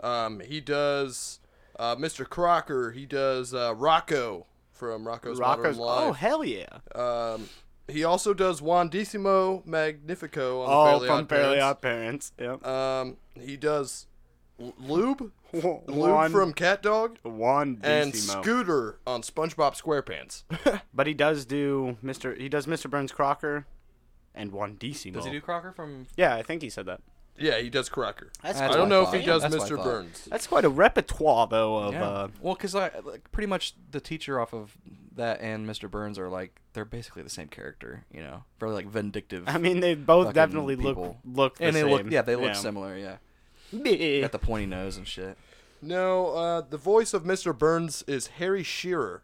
S1: Um, he does uh, Mr. Crocker. He does uh, Rocco from Rocco's,
S2: Rockers. Oh
S1: Modern Life.
S2: hell yeah.
S3: Uh,
S2: oh.
S1: Um, he also does Juandissimo Magnifico on
S2: Oh,
S1: Fairly
S2: from
S1: Odd
S2: Fairly
S1: Parents.
S2: Odd Parents. Yep.
S3: Uh,
S1: Um, he does L- Lube, Lube
S2: One
S1: from Cat Dog,
S2: Juan
S1: and
S2: Decimo.
S1: Scooter on SpongeBob SquarePants.
S2: but he does do Mr. He does Mr. Burns Crocker, and Juan Decimo.
S3: Does he do Crocker from?
S2: Yeah, I think he said that.
S1: yeah, he does Crocker.
S2: That's
S1: I
S3: That's
S1: don't
S3: what I
S1: know if he
S3: thought.
S1: does
S3: That's what I
S1: Mr.
S3: thought.
S1: Burns.
S2: That's quite a repertoire though of.
S3: yeah.
S2: Uh,
S3: well, because I like, pretty much the teacher off of that and Mr. Burns are like they're basically the same character. You know, very like vindictive.
S2: I mean, they both
S3: Fucking
S2: definitely look
S3: people.
S2: look the
S3: and they
S2: same.
S3: look yeah they look similar yeah.
S2: similar.
S3: Got the pointy nose and shit.
S4: No, uh, the voice of Mr. Burns is Harry Shearer.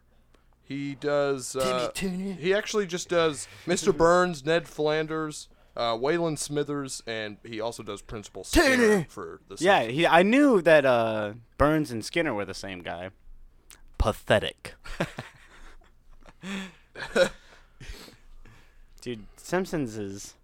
S4: He does. Uh, he actually just does Mr. Burns, Ned Flanders, uh, Waylon Smithers, and he also does Principal Skinner for the.
S2: Yeah,
S4: Simpsons.
S2: he, I knew that uh, Burns and Skinner were the same guy. Pathetic. Dude, Simpsons is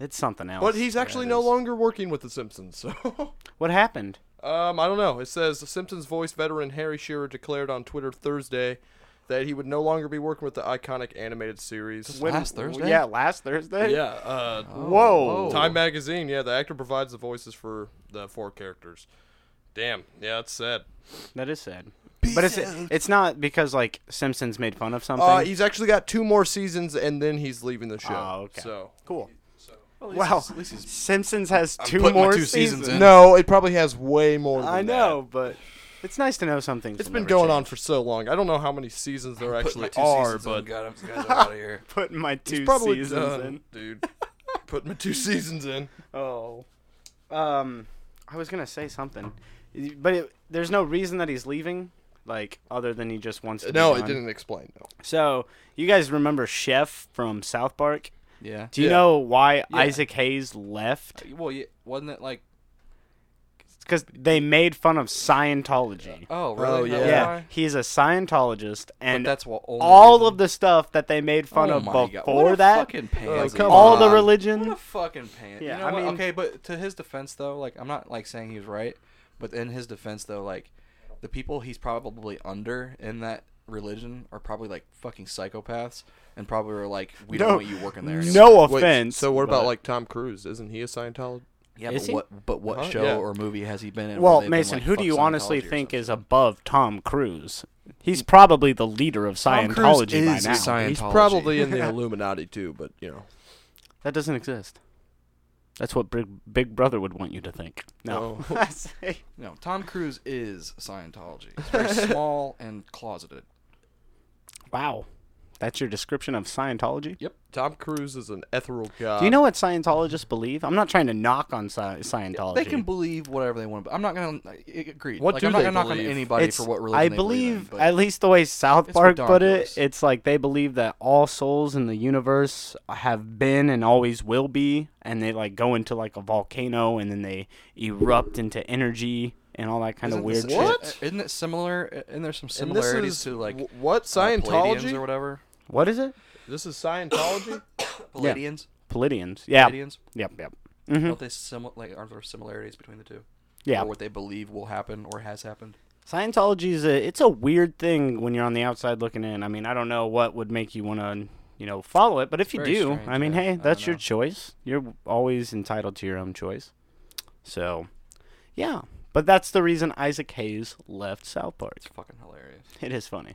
S2: it's something else.
S4: But he's actually
S2: Yeah, it
S4: no
S2: is.
S4: longer working with The Simpsons, so.
S2: What happened?
S4: Um, I don't know. It says the Simpsons voice veteran Harry Shearer declared on Twitter Thursday that he would no longer be working with the iconic animated series.
S2: When-
S3: last Thursday?
S2: Yeah, last Thursday.
S4: Yeah, uh,
S2: Oh. Whoa.
S4: Time Magazine. Yeah, the actor provides the voices for the four characters. Damn. Yeah, that's sad.
S2: That is sad. but it's it's not because like Simpsons made fun of something.
S4: Uh, he's actually got two more seasons, and then he's leaving the show.
S2: Oh, okay.
S4: So.
S2: cool.
S3: Well, at least
S2: Wow.
S3: he's- at least he's-
S2: Simpsons has two
S3: putting my
S2: more
S3: two seasons in.
S4: No, it probably has way more. Than
S2: I
S4: that.
S2: know, but it's nice to know something.
S4: It's been going on for so long. I don't know how many seasons there
S3: putting my
S4: actually
S3: two
S4: are,
S3: seasons in.
S4: but
S3: God, I'm guys out of here.
S2: Putting my two
S4: he's probably
S2: seasons
S4: done,
S2: in.
S4: dude. Putting my two seasons in.
S2: Oh. Um, I was gonna say something, but it, there's no reason that he's leaving, like other than he just wants to. be
S4: No, it
S2: gone.
S4: didn't explain. No.
S2: So you guys remember Chef from South Park?
S3: Yeah.
S2: Do you
S4: Yeah.
S2: know why
S3: Yeah.
S2: Isaac Hayes left?
S3: Well, yeah, wasn't it like?
S2: Because they made fun of Scientology.
S3: Oh,
S4: Oh,
S3: really? That
S4: yeah.
S3: was
S2: yeah,
S3: why?
S2: he's a Scientologist,
S3: But
S2: and
S3: that's oh what
S2: all of the stuff that they made
S4: Oh
S2: fun of before that, Oh,
S3: Fucking
S4: pansy. come
S2: all
S4: on.
S2: the
S3: What
S2: religion.
S3: a fucking pain.
S2: Yeah,
S3: you know
S2: I
S3: what?
S2: mean-
S3: okay, but to his defense though, like I'm not like saying he was right, but in his defense though, like the people he's probably under in that religion are probably like fucking psychopaths and probably are like we
S2: No.
S3: don't want you working there. anymore.
S2: no
S4: Wait,
S2: offense.
S4: so what about
S2: but-
S4: like Tom Cruise? Isn't he a Scientologist?
S3: Yeah,
S2: Is
S3: but
S2: he?
S3: what but what
S4: Huh?
S3: show
S4: Yeah.
S3: or movie has he been in? where
S2: Uh-huh. Well,
S3: they've been,
S2: Mason,
S3: like,
S2: who do
S3: fuck
S2: you honestly
S3: Scientology or
S2: think is
S3: something?
S2: above Tom Cruise? He's probably the leader of
S3: Tom Cruise
S2: Scientology by
S3: is
S2: now.
S3: Scient-
S4: He's
S3: Scientology.
S4: probably in the Illuminati too, but you know.
S2: that doesn't exist. That's what Big, Big Brother would want you to think. No.
S4: Oh.
S2: I say-
S3: No, Tom Cruise is Scientology. He's very small and closeted.
S2: wow. That's your description of Scientology?
S3: Yep.
S4: Tom Cruise is an ethereal god.
S2: Do
S3: Uh,
S2: you know what Scientologists believe? I'm not trying to knock on sci- Scientology.
S3: They can believe whatever they want, but I'm not gonna I- I- agree.
S4: What
S3: like,
S4: do
S3: I'm not
S4: they
S3: gonna knock on
S4: believe?
S3: anybody
S2: It's-
S3: for what religion
S2: I
S3: they believe.
S2: believe,
S3: in, but
S2: at least the way South
S3: It's
S2: Park put it,
S3: ridiculous.
S2: it's like they believe that all souls in the universe have been and always will be, and they like go into like a volcano and then they erupt into energy and all that kind of
S3: isn't this-
S2: weird
S4: What?
S2: shit.
S3: i- Isn't it similar? i- Isn't there some
S4: And this
S3: similarities
S4: is
S3: to like
S4: wh- what
S3: uh, Palladians
S4: Scientology?
S3: or whatever?
S2: What is it?
S4: this is Scientology.
S3: Palladians.
S2: Palladians. Yeah.
S3: Palladians.
S2: Yep. Yep.
S4: Hmm.
S2: Mm-hmm.
S3: Don't they similar? Like, aren't there similarities between the two?
S2: Yeah.
S3: Or what they believe will happen or has happened.
S2: Scientology is a it's a weird thing when you're on the outside looking in. I mean, I don't know what would make you want to you know follow it, but if you
S3: Very
S2: do,
S3: strange,
S2: I mean,
S3: yeah. I
S2: hey,
S3: don't
S2: that's your
S3: know.
S2: choice. You're always entitled to your own choice. So, yeah, but that's the reason Isaac Hayes left South Park.
S3: It's fucking hilarious.
S2: It is funny.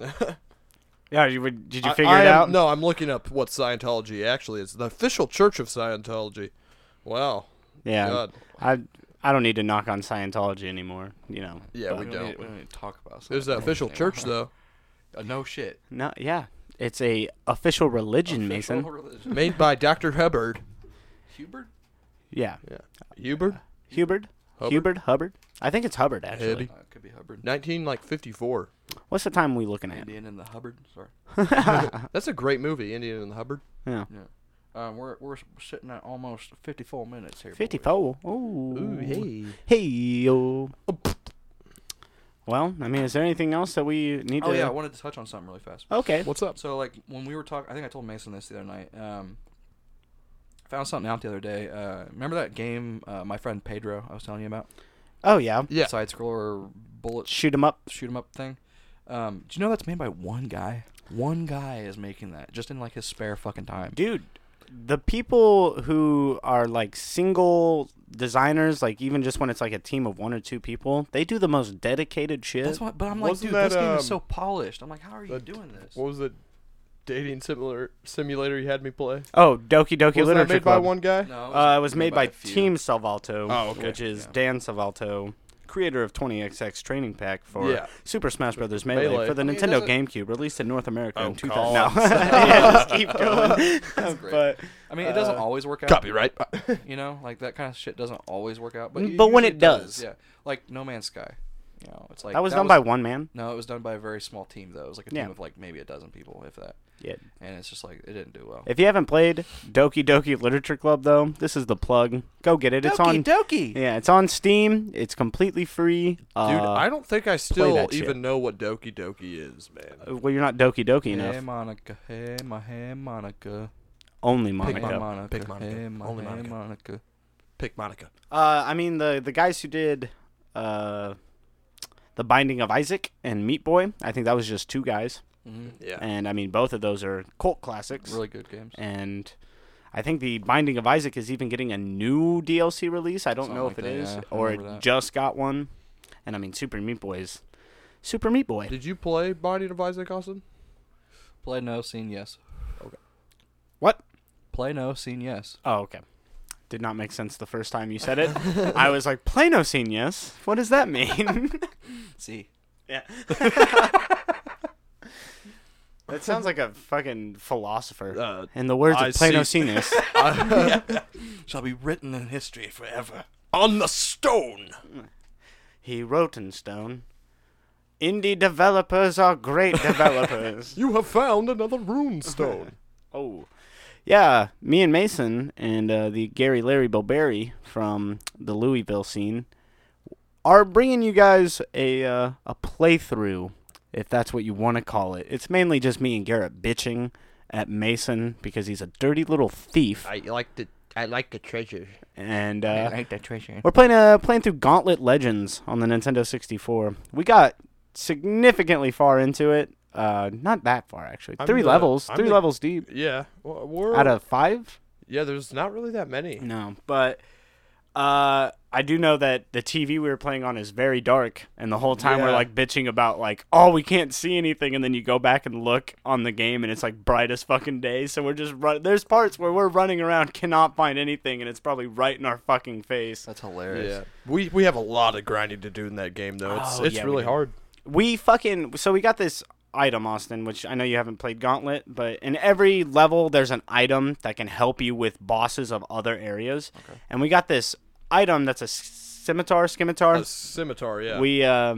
S2: Yeah, you would, did you
S4: I-
S2: figure
S4: I
S2: it
S4: am-
S2: out?
S4: No, I'm looking up what Scientology actually is. The official Church of Scientology. Wow.
S2: Yeah,
S4: God.
S2: I I don't need to knock on Scientology anymore. You know.
S4: Yeah,
S2: but-
S4: we
S3: don't.
S4: don't.
S3: Need, we don't need to talk about.
S4: There's the
S3: Scientology
S4: official
S3: anymore.
S4: church though,
S3: Uh, no shit.
S2: no. Yeah, it's a official religion,
S3: Official
S2: Mason.
S3: religion.
S4: made by Dr. Hubbard.
S3: Hubert.
S2: Yeah,
S4: Hubbard,
S2: Hubbard.
S4: Hubbard?
S2: Hubbard. Hubbard. I think it's Hubbard actually.
S4: Hubby.
S3: Uh, it could be Hubbard.
S4: 19 like 54.
S2: What's the time we looking at?
S3: Indian and the Hubbard. Sorry.
S4: That's a great movie, Indian and the Hubbard.
S2: Yeah.
S3: Yeah. Um, we're we're sitting at almost 54 minutes here. boys.
S2: 54. Ooh. Hey, yo. Well, I mean, is there anything else that we need
S3: Oh
S2: to.
S3: yeah, I wanted to touch on something really fast.
S2: Okay.
S4: What's up?
S3: So like when we were talking, I think I told Mason this the other night. Um, I found something out the other day. Uh, remember that game uh, my friend Pedro I was telling you about?
S2: Oh, yeah.
S4: Yeah.
S3: Side scroller bullet sh-
S2: Shoot him up.
S3: shoot 'em up thing. Um, do you know that's made by one guy? One guy is making that just in like his spare fucking time.
S2: Dude, the people who are like single designers, like even just when it's like a team of one or two people, they do the most dedicated shit.
S3: That's why, but I'm like,
S4: Wasn't
S3: dude, this
S4: that,
S3: game
S4: um,
S3: is so polished. I'm like, how are you
S4: that-
S3: doing this?
S4: What was the dating similar simulator you had me play?
S2: oh, Doki Doki
S4: Was that
S2: Literature
S4: made
S2: Club.
S4: by one guy?
S3: No,
S2: Uh, it Uh, was made by,
S3: a few.
S2: Team Salvato,
S4: Oh, okay.
S2: which is
S3: Yeah.
S2: Dan Salvato, creator of 20XX Training Pack for
S1: Yeah.
S2: Super Smash Bros. Melee,
S1: Melee.
S2: for the
S3: I mean, it
S2: Nintendo
S3: doesn't-
S2: GameCube, released in North America
S1: Oh,
S2: in 2000.
S1: God.
S2: No. yeah, just keep going.
S3: great.
S2: but
S3: I mean, it doesn't
S2: Uh,
S3: always work out.
S1: Copyright.
S3: You know, like that kind of shit doesn't always work out, but
S2: Mm,
S3: it
S2: but when
S3: usually
S2: it does.
S3: yeah. Like No Man's Sky, you know, it's like
S2: that was done by one man.
S3: No, it was done by a very small team though. It was like a team
S2: Yeah.
S3: of like maybe a dozen people, if that.
S2: Yeah.
S3: And it's just like it didn't do well.
S2: If you haven't played Doki Doki Literature Club, though, this is the plug. Go get it. It's on.
S3: Doki.
S2: Yeah, it's on Steam. It's completely free.
S1: Dude,
S2: Uh,
S1: I don't think I still
S2: that shit.
S1: even know what Doki Doki is, man.
S2: well, you're not Doki Doki
S3: Hey
S2: enough.
S3: Monica, hey my hey Monica,
S2: Only
S3: pick my
S2: Monica.
S3: Monica,
S1: Pick Monica.
S3: hey my
S1: Only
S3: hey
S1: Monica.
S3: Monica.
S1: Pick Monica.
S2: Uh, I mean the the guys who did uh, the Binding of Isaac and Meat Boy. I think that was just two guys,
S3: Mhm.
S1: Yeah.
S2: and I mean both of those are cult classics.
S3: Really good games.
S2: Eh. And I think the Binding of Isaac is even getting a new DLC release. I don't
S3: Something
S2: know
S3: like
S2: if it
S3: that,
S2: is
S3: yeah. I
S2: or it
S3: remember that.
S2: just got one. And I mean Super Meat Boy is Super Meat Boy.
S1: Did you play Body of Isaac Austin?
S3: Play no, scene yes.
S2: What?
S3: Play no, scene yes.
S2: Oh, okay. Did not make sense the first time you said it. I was like, Plano scene, yes. What does that mean?
S3: See.
S2: yeah. that sounds like a fucking philosopher.
S1: Uh,
S2: In the words
S1: I
S2: of Plano
S1: see.
S2: Sinus.
S3: Shall be written in history forever.
S1: on the stone.
S2: he wrote in stone. Indie developers are great developers.
S1: You have found another rune stone.
S2: oh. Yeah, me and Mason and uh, the Gary Larry Bilberry from the Louisville scene are bringing you guys a uh, a playthrough, if that's what you want to call it. It's mainly just me and Garrett bitching at Mason because he's a dirty little thief,
S5: I like the I like the treasure.
S2: and uh,
S3: like that treasure.
S2: we're playing uh, playing through Gauntlet Legends on the Nintendo 64. We got significantly far into it. Uh, not that far actually.
S1: I'm
S2: three
S1: the-
S2: levels,
S1: I'm
S2: three
S1: the-
S2: levels deep
S1: yeah. Well, We're,
S2: out of five.
S1: yeah, there's not really that many.
S2: No, but uh, I do know that the TV we were playing on is very dark, and the whole time we're
S1: Yeah.
S2: like bitching about like, oh, we can't see anything, and then you go back and look on the game, and it's like bright as fucking day. So we're just run- there's parts where we're running around cannot find anything, and it's probably right in our fucking face.
S3: That's hilarious.
S1: Yeah. We we have a lot of grinding to do in that game though. It's
S2: Oh,
S1: it's
S2: yeah, we
S1: really
S2: do.
S1: hard.
S2: we fucking so we got this item austin which i know you haven't played gauntlet but in every level there's an item that can help you with bosses of other areas and we got this item that's a s- scimitar scimitar
S1: A scimitar, yeah.
S2: we uh,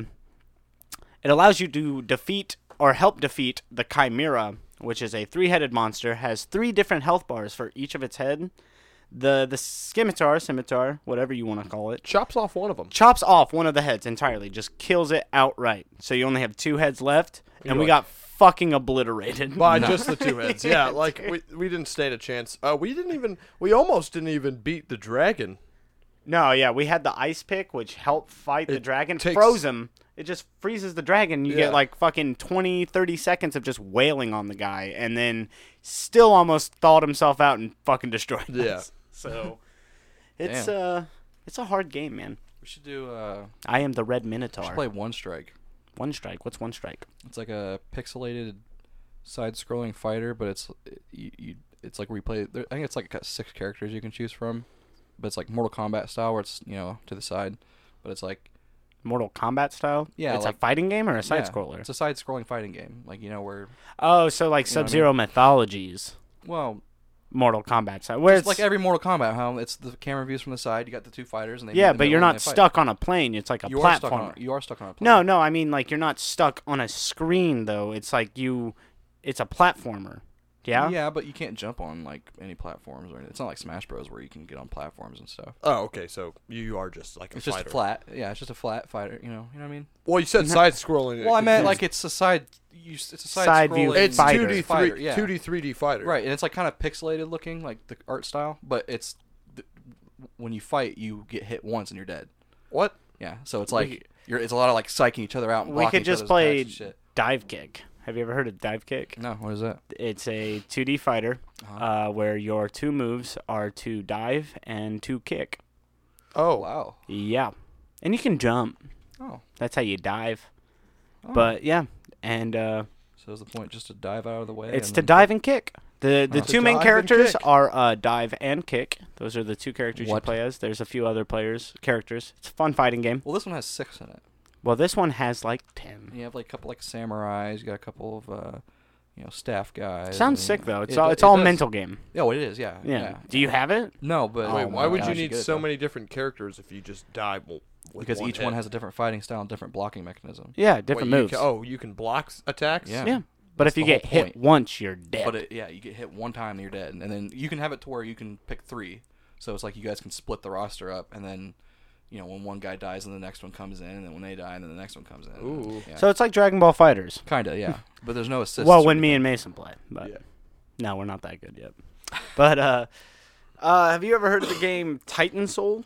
S2: it allows you to defeat or help defeat the chimera which is a three-headed monster has three different health bars for each of its head the the scimitar scimitar whatever you want to call it
S1: chops off one of them.
S2: chops off one of the heads entirely, just kills it outright. So you only have two heads left, and we
S1: You're like-
S2: got fucking obliterated.
S1: By just the two heads. Yeah, like we, we didn't stand a chance. Uh, we didn't even we almost didn't even beat the dragon.
S2: no, yeah, we had the ice pick, which helped fight the
S1: It
S2: dragon,
S1: takes-
S2: froze him. It just freezes the dragon. You
S1: Yeah.
S2: get like fucking 20, 30 seconds of just wailing on the guy, and then still almost thawed himself out and fucking destroyed
S1: Yeah.
S2: us. So it's
S3: Damn.
S2: uh it's a hard game, man.
S3: We should do. Uh,
S2: I am the red
S3: we should
S2: minotaur.
S3: play One Strike.
S2: One strike. What's one strike?
S3: It's like a pixelated side-scrolling fighter, but it's you, you it's like replay. There, I think it's like got six characters you can choose from, but it's like Mortal Kombat style, where it's you know to the side, but it's like
S2: Mortal Kombat style.
S3: Yeah,
S2: it's a
S3: like-
S2: fighting game or a
S3: yeah,
S2: side scroller.
S3: It's a side-scrolling fighting game, like you know where
S2: Oh, so like
S3: You know
S2: Sub
S3: what I mean?
S2: Zero Mythologies,
S3: well,
S2: Mortal Kombat side, where
S3: it's
S2: it's
S3: like every Mortal Kombat, how it's the camera views from the side. You got the two fighters, and they meet
S2: yeah,
S3: in the
S2: but you're
S3: middle and
S2: not
S3: they fight.
S2: stuck on a plane. It's like a
S3: You are stuck on.
S2: platform.
S3: You are stuck on a
S2: No,
S3: platform.
S2: no, I mean like you're not stuck on a screen though. It's like you, it's a platformer. Yeah.
S3: Yeah, but you can't jump on like any platforms or anything. It's not like Smash Bros where you can get on platforms and stuff.
S1: Oh, okay. So you you are just like a
S3: It's just
S1: fighter.
S3: flat. Yeah, it's just a flat fighter. You know, you know what I mean?
S1: Well, you said side scrolling.
S3: Well, I meant like it's a side. You, s- it's a side,
S2: Side view
S3: scrolling.
S1: it's
S2: fighter.
S1: two D
S3: Fighter,
S1: three
S3: yeah.
S1: two D three D fighter.
S3: right, and it's like kind of pixelated looking, like the art style. But it's th- when you fight, you get hit once and you're dead.
S1: What?
S3: Yeah, so it's like you're. It's a lot of like psyching each other out. And
S2: We
S3: blocking
S2: could
S3: each
S2: just
S3: other's
S2: play
S3: attacks and shit.
S2: dive kick. Have you ever heard of dive kick?
S3: No, what is that?
S2: It's a 2D fighter
S3: Uh-huh.
S2: uh, where your two moves are to dive and to kick.
S1: Oh,
S3: wow.
S2: Yeah, and you can jump.
S3: Oh.
S2: That's how you dive.
S3: Oh.
S2: But yeah, and uh,
S3: so is the point just to dive out of the way?
S2: it's
S3: and
S2: to
S3: then-
S2: dive and kick. The the
S3: Uh,
S2: two
S4: To
S2: main
S4: dive and
S2: characters
S4: kick.
S2: are uh, dive and kick. Those are the two characters you
S3: What?
S2: play as. There's a few other players characters. It's a fun fighting game.
S3: Well, this one has six in it.
S2: Well, this one has like ten.
S3: You have like a couple like samurais. You got a couple of uh, you know staff guys.
S2: Sounds
S3: and-
S2: sick though. It's
S3: It
S2: all
S3: do-
S2: it's
S3: it
S2: all
S3: does.
S2: mental game.
S3: Yeah, well, it is. Yeah.
S2: Yeah. Do you have it?
S3: No, but
S4: Wait,
S2: Oh
S4: why
S2: my
S4: would
S2: gosh,
S4: you
S2: you
S4: need
S3: get it,
S4: so
S3: though.
S4: many different characters if you just die w- with
S3: Because each one
S4: hit?
S3: has a different fighting style, and different blocking mechanism.
S2: Yeah,
S4: Wait,
S2: different
S4: you
S2: moves.
S4: ca- oh, you can block s- attacks.
S3: Yeah.
S2: yeah. But if
S3: That's
S2: you
S3: the whole
S2: get hit
S3: point.
S2: once, you're dead.
S3: But it, yeah, you get hit one time and you're dead, and then you can have it to where you can pick three. So it's like you guys can split the roster up, and then you know when one guy dies, and the next one comes in, and then when they die, and then the next one comes in. and-
S4: Ooh.
S3: Yeah.
S2: So it's like Dragon Ball Fighters.
S3: kinda, yeah. but there's no assist.
S2: well, when me and Mason play, but
S4: Yeah.
S2: no, we're not that good yet. But uh, uh, have you ever heard of the game Titan Soul?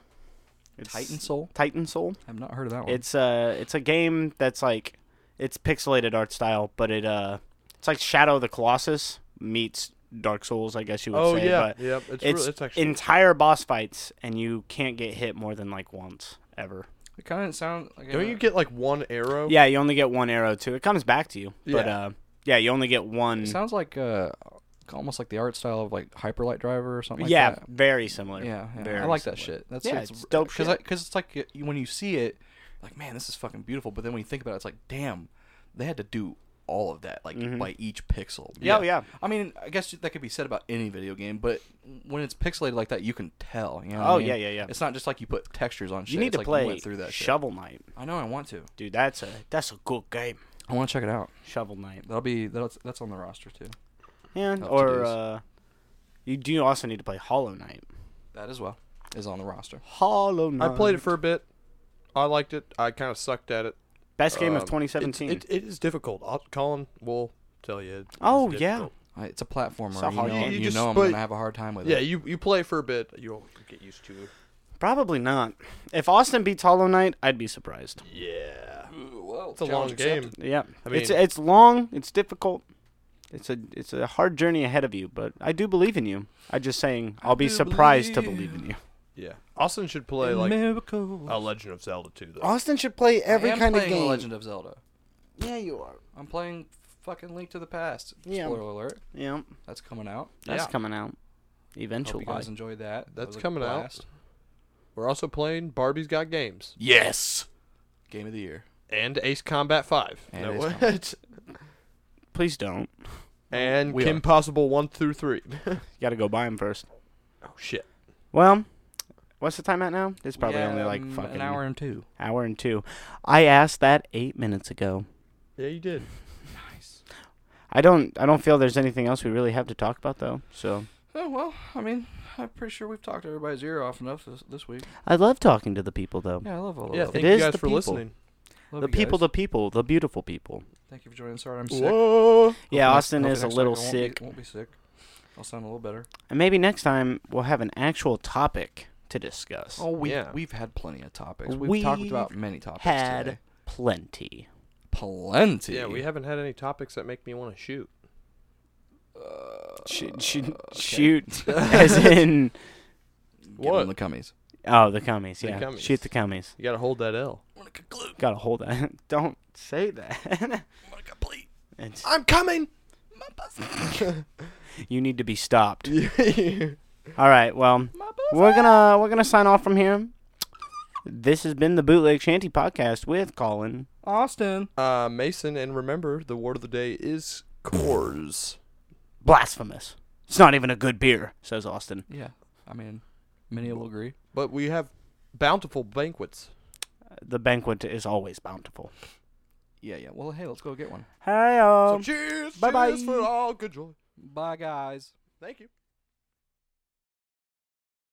S2: It's
S3: Titan Soul,
S2: Titan Soul.
S3: I've not heard of that one.
S2: It's uh, it's a game that's like it's pixelated art style, but it uh, it's like Shadow of the Colossus meets Dark Souls, I guess you would
S4: Oh
S2: say.
S4: yeah.
S2: but
S4: Yep. It's
S2: it's
S4: real- it's actually
S2: entire boss fights, and you can't get hit more than like once ever.
S3: it kind of sounds like
S4: Don't
S3: a-
S4: you get like one arrow?
S2: Yeah, you only get one arrow too. It comes back to you, but
S4: Oh. Yeah.
S2: uh, yeah, you only get one.
S3: It sounds like uh, almost like the art style of like Hyperlight Driver or something. like
S2: yeah,
S3: that.
S2: very similar.
S3: Yeah, yeah.
S2: Very
S3: I like that
S2: similar.
S3: shit. That's
S2: Yeah, it's dope
S3: Because
S2: shit.
S3: it's like y- you- when you see it, like man, this is fucking beautiful. But then when you think about it, it's like damn, they had to do all of that like by each pixel.
S2: Yeah, Mm-hmm. oh, yeah.
S3: I mean, I guess that could be said about any video game, but when it's pixelated like that, you can tell. You know what I
S2: Oh,
S3: mean?
S2: yeah, yeah, yeah.
S3: It's not just like you put textures on shit.
S2: You need
S3: It's
S2: to
S3: like
S2: play
S3: went through that. shit.
S2: Shovel Knight,
S3: I know. I want to.
S2: dude. That's a that's a good game.
S3: I want to check it out.
S2: Shovel Knight.
S3: That'll be that's that's on the roster too.
S2: Yeah,
S3: to
S2: or
S3: days.
S2: uh, you do also need to play Hollow Knight.
S3: That as well is on the roster.
S2: Hollow
S4: I
S2: Knight.
S4: played it for a bit. I liked it. I kind of sucked at it.
S2: best game of
S4: Um,
S2: 2017.
S4: It, it, it is difficult. I'll, Colin will tell you. it is
S2: Oh, yeah.
S4: difficult.
S3: I- It's a platformer.
S2: It's a
S3: you know,
S2: hard game.
S3: you,
S4: You just
S3: know I'm
S4: play-
S3: gonna have a hard time with
S4: Yeah,
S3: it.
S4: you you play for a bit. You'll get used to it.
S2: Probably not. If Austin beats Hollow Knight, I'd be surprised.
S4: Yeah.
S3: Well,
S4: It's a long game.
S2: Yeah,
S4: I
S2: it's
S4: mean-
S2: it's long. It's difficult. It's a it's a hard journey ahead of you, but I do believe in you. I'm just saying I'll be
S3: do
S2: surprised to
S3: believe.
S2: believe in you.
S4: Yeah. Austin should play like
S3: Miracle.
S2: Oh.
S4: a Legend of Zelda too, though.
S2: Austin should play
S3: I am playing Legend of Zelda.
S2: Yeah, you are.
S3: I'm playing fucking Link to the Past.
S2: Yeah.
S3: Spoiler alert.
S2: Yeah,
S3: That's coming out.
S2: that's
S4: Yeah.
S2: coming out
S3: Hope
S2: eventually.
S3: you guys enjoyed that. That
S4: That's
S3: was a
S4: coming out.
S3: blast.
S4: We're also playing Barbie's Got Games
S3: Yes. Game of the year.
S4: and Ace Combat Five.
S3: And
S4: No,
S3: Ace
S4: what?
S2: Please don't.
S4: and
S3: We
S4: Kim
S3: are.
S4: Possible one through three.
S2: You gotta go buy them first.
S4: oh shit.
S2: Well, what's the time at now? It's
S3: We
S2: probably
S3: had,
S2: only like
S3: um,
S2: fucking
S3: an hour and two.
S2: hour and two. I asked that eight minutes ago.
S4: Yeah, you did.
S3: Nice.
S2: I don't. I don't feel there's anything else we really have to talk about though. So
S3: Oh well, I mean, I'm pretty sure we've talked everybody's ear off enough this, this week.
S2: I love talking to the people though.
S3: Yeah, I love all
S4: Yeah,
S3: of
S4: thank
S2: is
S4: you guys
S2: the
S4: for
S2: people.
S4: listening.
S3: Love
S2: the
S3: you guys.
S2: people, the people, the beautiful people.
S3: Thank you for joining. Sorry, I'm sick.
S4: Whoa.
S2: Yeah,
S3: Hopefully
S2: Austin
S3: next-
S2: is a
S3: hopefully
S2: little
S3: next time I won't
S2: sick,
S3: Be, won't be sick. I'll sound a little better.
S2: and maybe next time we'll have an actual topic to discuss.
S3: Oh, we
S4: Yeah.
S3: we've had plenty of topics. We've, talked
S2: We've
S3: about many topics
S2: had
S3: today.
S2: plenty.
S3: Plenty.
S4: Yeah, we haven't had any topics that make me want to shoot.
S3: Uh,
S2: Shoot, shoot, shoot. Uh, as in,
S3: Give
S4: What?
S3: them the cummies.
S2: oh, the commies.
S4: The
S2: Yeah,
S4: commies.
S2: shoot the commies.
S4: You gotta hold that L.
S2: Gotta hold that. Don't say that. It's-
S4: I'm coming.
S2: you need to be stopped.
S4: Bye
S2: All right. Well, we're gonna we're gonna sign off from here. This has been the Bootleg Shanty podcast with Colin.
S3: Austin.
S4: Uh, Mason, and remember, the word of the day is Coors.
S2: Blasphemous. It's not even a good beer, says Austin.
S3: Yeah, I mean, many will agree.
S4: But we have bountiful banquets.
S2: The banquet is always bountiful.
S3: Yeah, yeah. Well, hey, let's go get one.
S2: Hey, um,
S4: so cheers,
S2: bye-bye.
S4: cheers for all good joy.
S3: Bye, guys.
S4: Thank you.